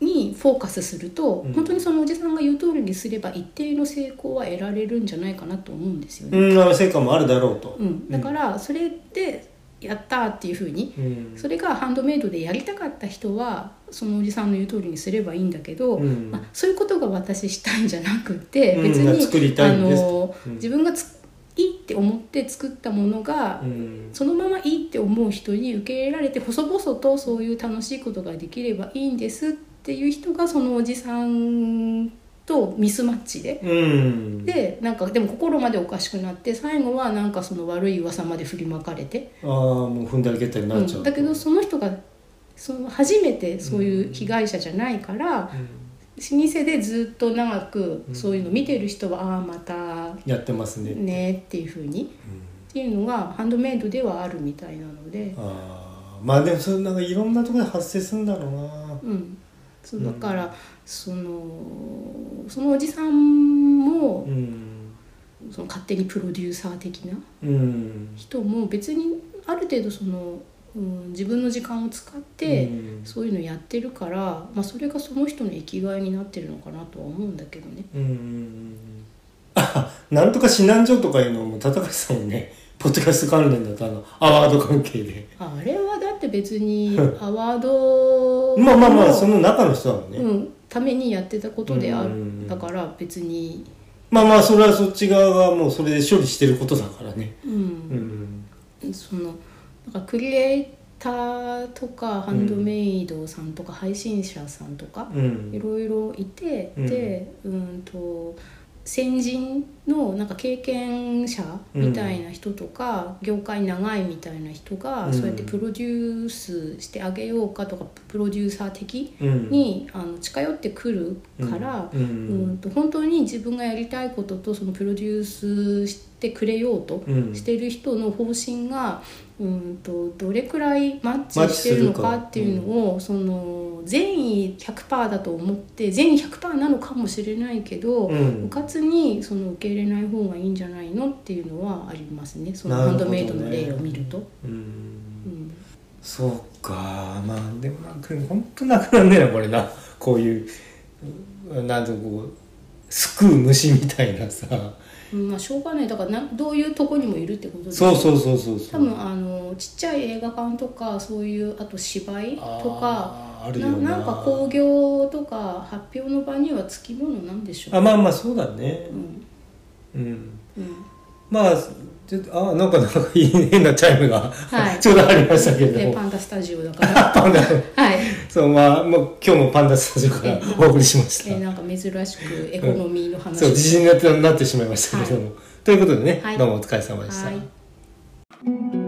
B: にフォーカスすると、
A: うん
B: 本当にそのおじさんが言う通りにすれば一定の成功は得られるんじゃないかなと思うんですよね。
A: うんあの成果もあるだろうと
B: うんだからそれでやったーっていうふうに
A: うん
B: それがハンドメイドでやりたかった人はそのおじさんの言う通りにすればいいんだけど、
A: うん
B: まあ、そういうことが私したいんじゃなくて
A: うん
B: 別
A: いや作り
B: に、
A: た
B: あ
A: いんです
B: の
A: うん
B: 自分がついいって思って作ったものが
A: うん
B: そのままいいって思う人に受け入れられて細々とそういう楽しいことができればいいんですっていう人がそのおじさんとミスマッチで。
A: うん
B: でなんかでも心までおかしくなって最後はなんかその悪い噂まで振りまかれて、
A: ああもう踏んだり蹴ったりにな
B: う、
A: っちゃうん
B: だけどその人がその初めてそういう被害者じゃないから、
A: うん
B: 老舗でずっと長くそういうの見てる人は、ああまた
A: やってますね
B: ねっていうふうに
A: うん
B: っていうのがハンドメイドではあるみたいなので。
A: あまあでもそれなんかいろんなところで発生するんだろうな
B: うん、そう
A: うん
B: だから、そのそのおじさんも
A: う、ん
B: その勝手にプロデューサー的な
A: うん
B: 人も別にある程度その、うん、自分の時間を使って、
A: うん
B: そういうのやってるから、まあ、それがその人の生きがいになってるのかなとは思うんだけどね。
A: うんうんうんあなんとか指南所とかいうのも高橋さんもね ポッドキャスト関連だとあのアワード関係で
B: あれはだって別 に
A: うん
B: アワード
A: まあまあまあその中の人だもんね、
B: うん、ためにやってたことである、
A: うんうんうん
B: だから別に、
A: まあまあそれはそっち側がもうそれで処理してることだからね
B: う
A: うんん
B: そのなんかクリエイターとかハンドメイドさんとか配信者さんとか、
A: う
B: い
A: ん
B: ろいろいて、
A: うん
B: でうんと先人のなんか経験者みたいな人とか、業界長いみたいな人が、
A: うん
B: そうやってプロデュースしてあげようかとかプロデューサー的
A: うん
B: に、あの近寄ってくるから。
A: うん
B: うんと本当に自分がやりたいこととそのプロデュースしてくれようと
A: うん
B: してる人の方針が、うん、とどれくらいマッチしてるの
A: マッチす
B: か
A: るか
B: っていうのを、その善意100%だと思って善意100%なのかもしれないけど、
A: う
B: うんかつにその受け入れない方がいいんじゃないのっていうのはありますねその
A: なる
B: ハ
A: ほ
B: ン
A: ど
B: ド
A: ね
B: メイドの例を見ると。
A: うん
B: うん
A: そうかまあでもなんか本当なくなんねえなこれなこういううんなんていうのこう救う虫みたいなさ
B: うんまあ、しょうがないだからなどういうとこにもいるってことですよ
A: そ
B: ね
A: うそうそうそうそ
B: 多
A: う
B: 分あのちっちゃい映画館とかそういうあと芝居とか
A: あーあるよ
B: な
A: な
B: なんか興行とか発表の場にはつきものなんでしょ
A: あ
B: う、
A: まあまあそうだね
B: うん
A: うん
B: うん、
A: まあちょっとあなんかなんかいい変なチャイムが、
B: は い
A: ちょうどありましたけれ
B: で
A: ども
B: パンダスタジオだか ら
A: パンダ
B: はい、
A: そうまあもう今日もパンダスタジオからお送りしまし
B: えー
A: た
B: なんか珍しくエコノミーの話
A: そう自信になってなってしまいましたけれども、ということでね、
B: はい
A: どうもお疲れ様でした、
B: はい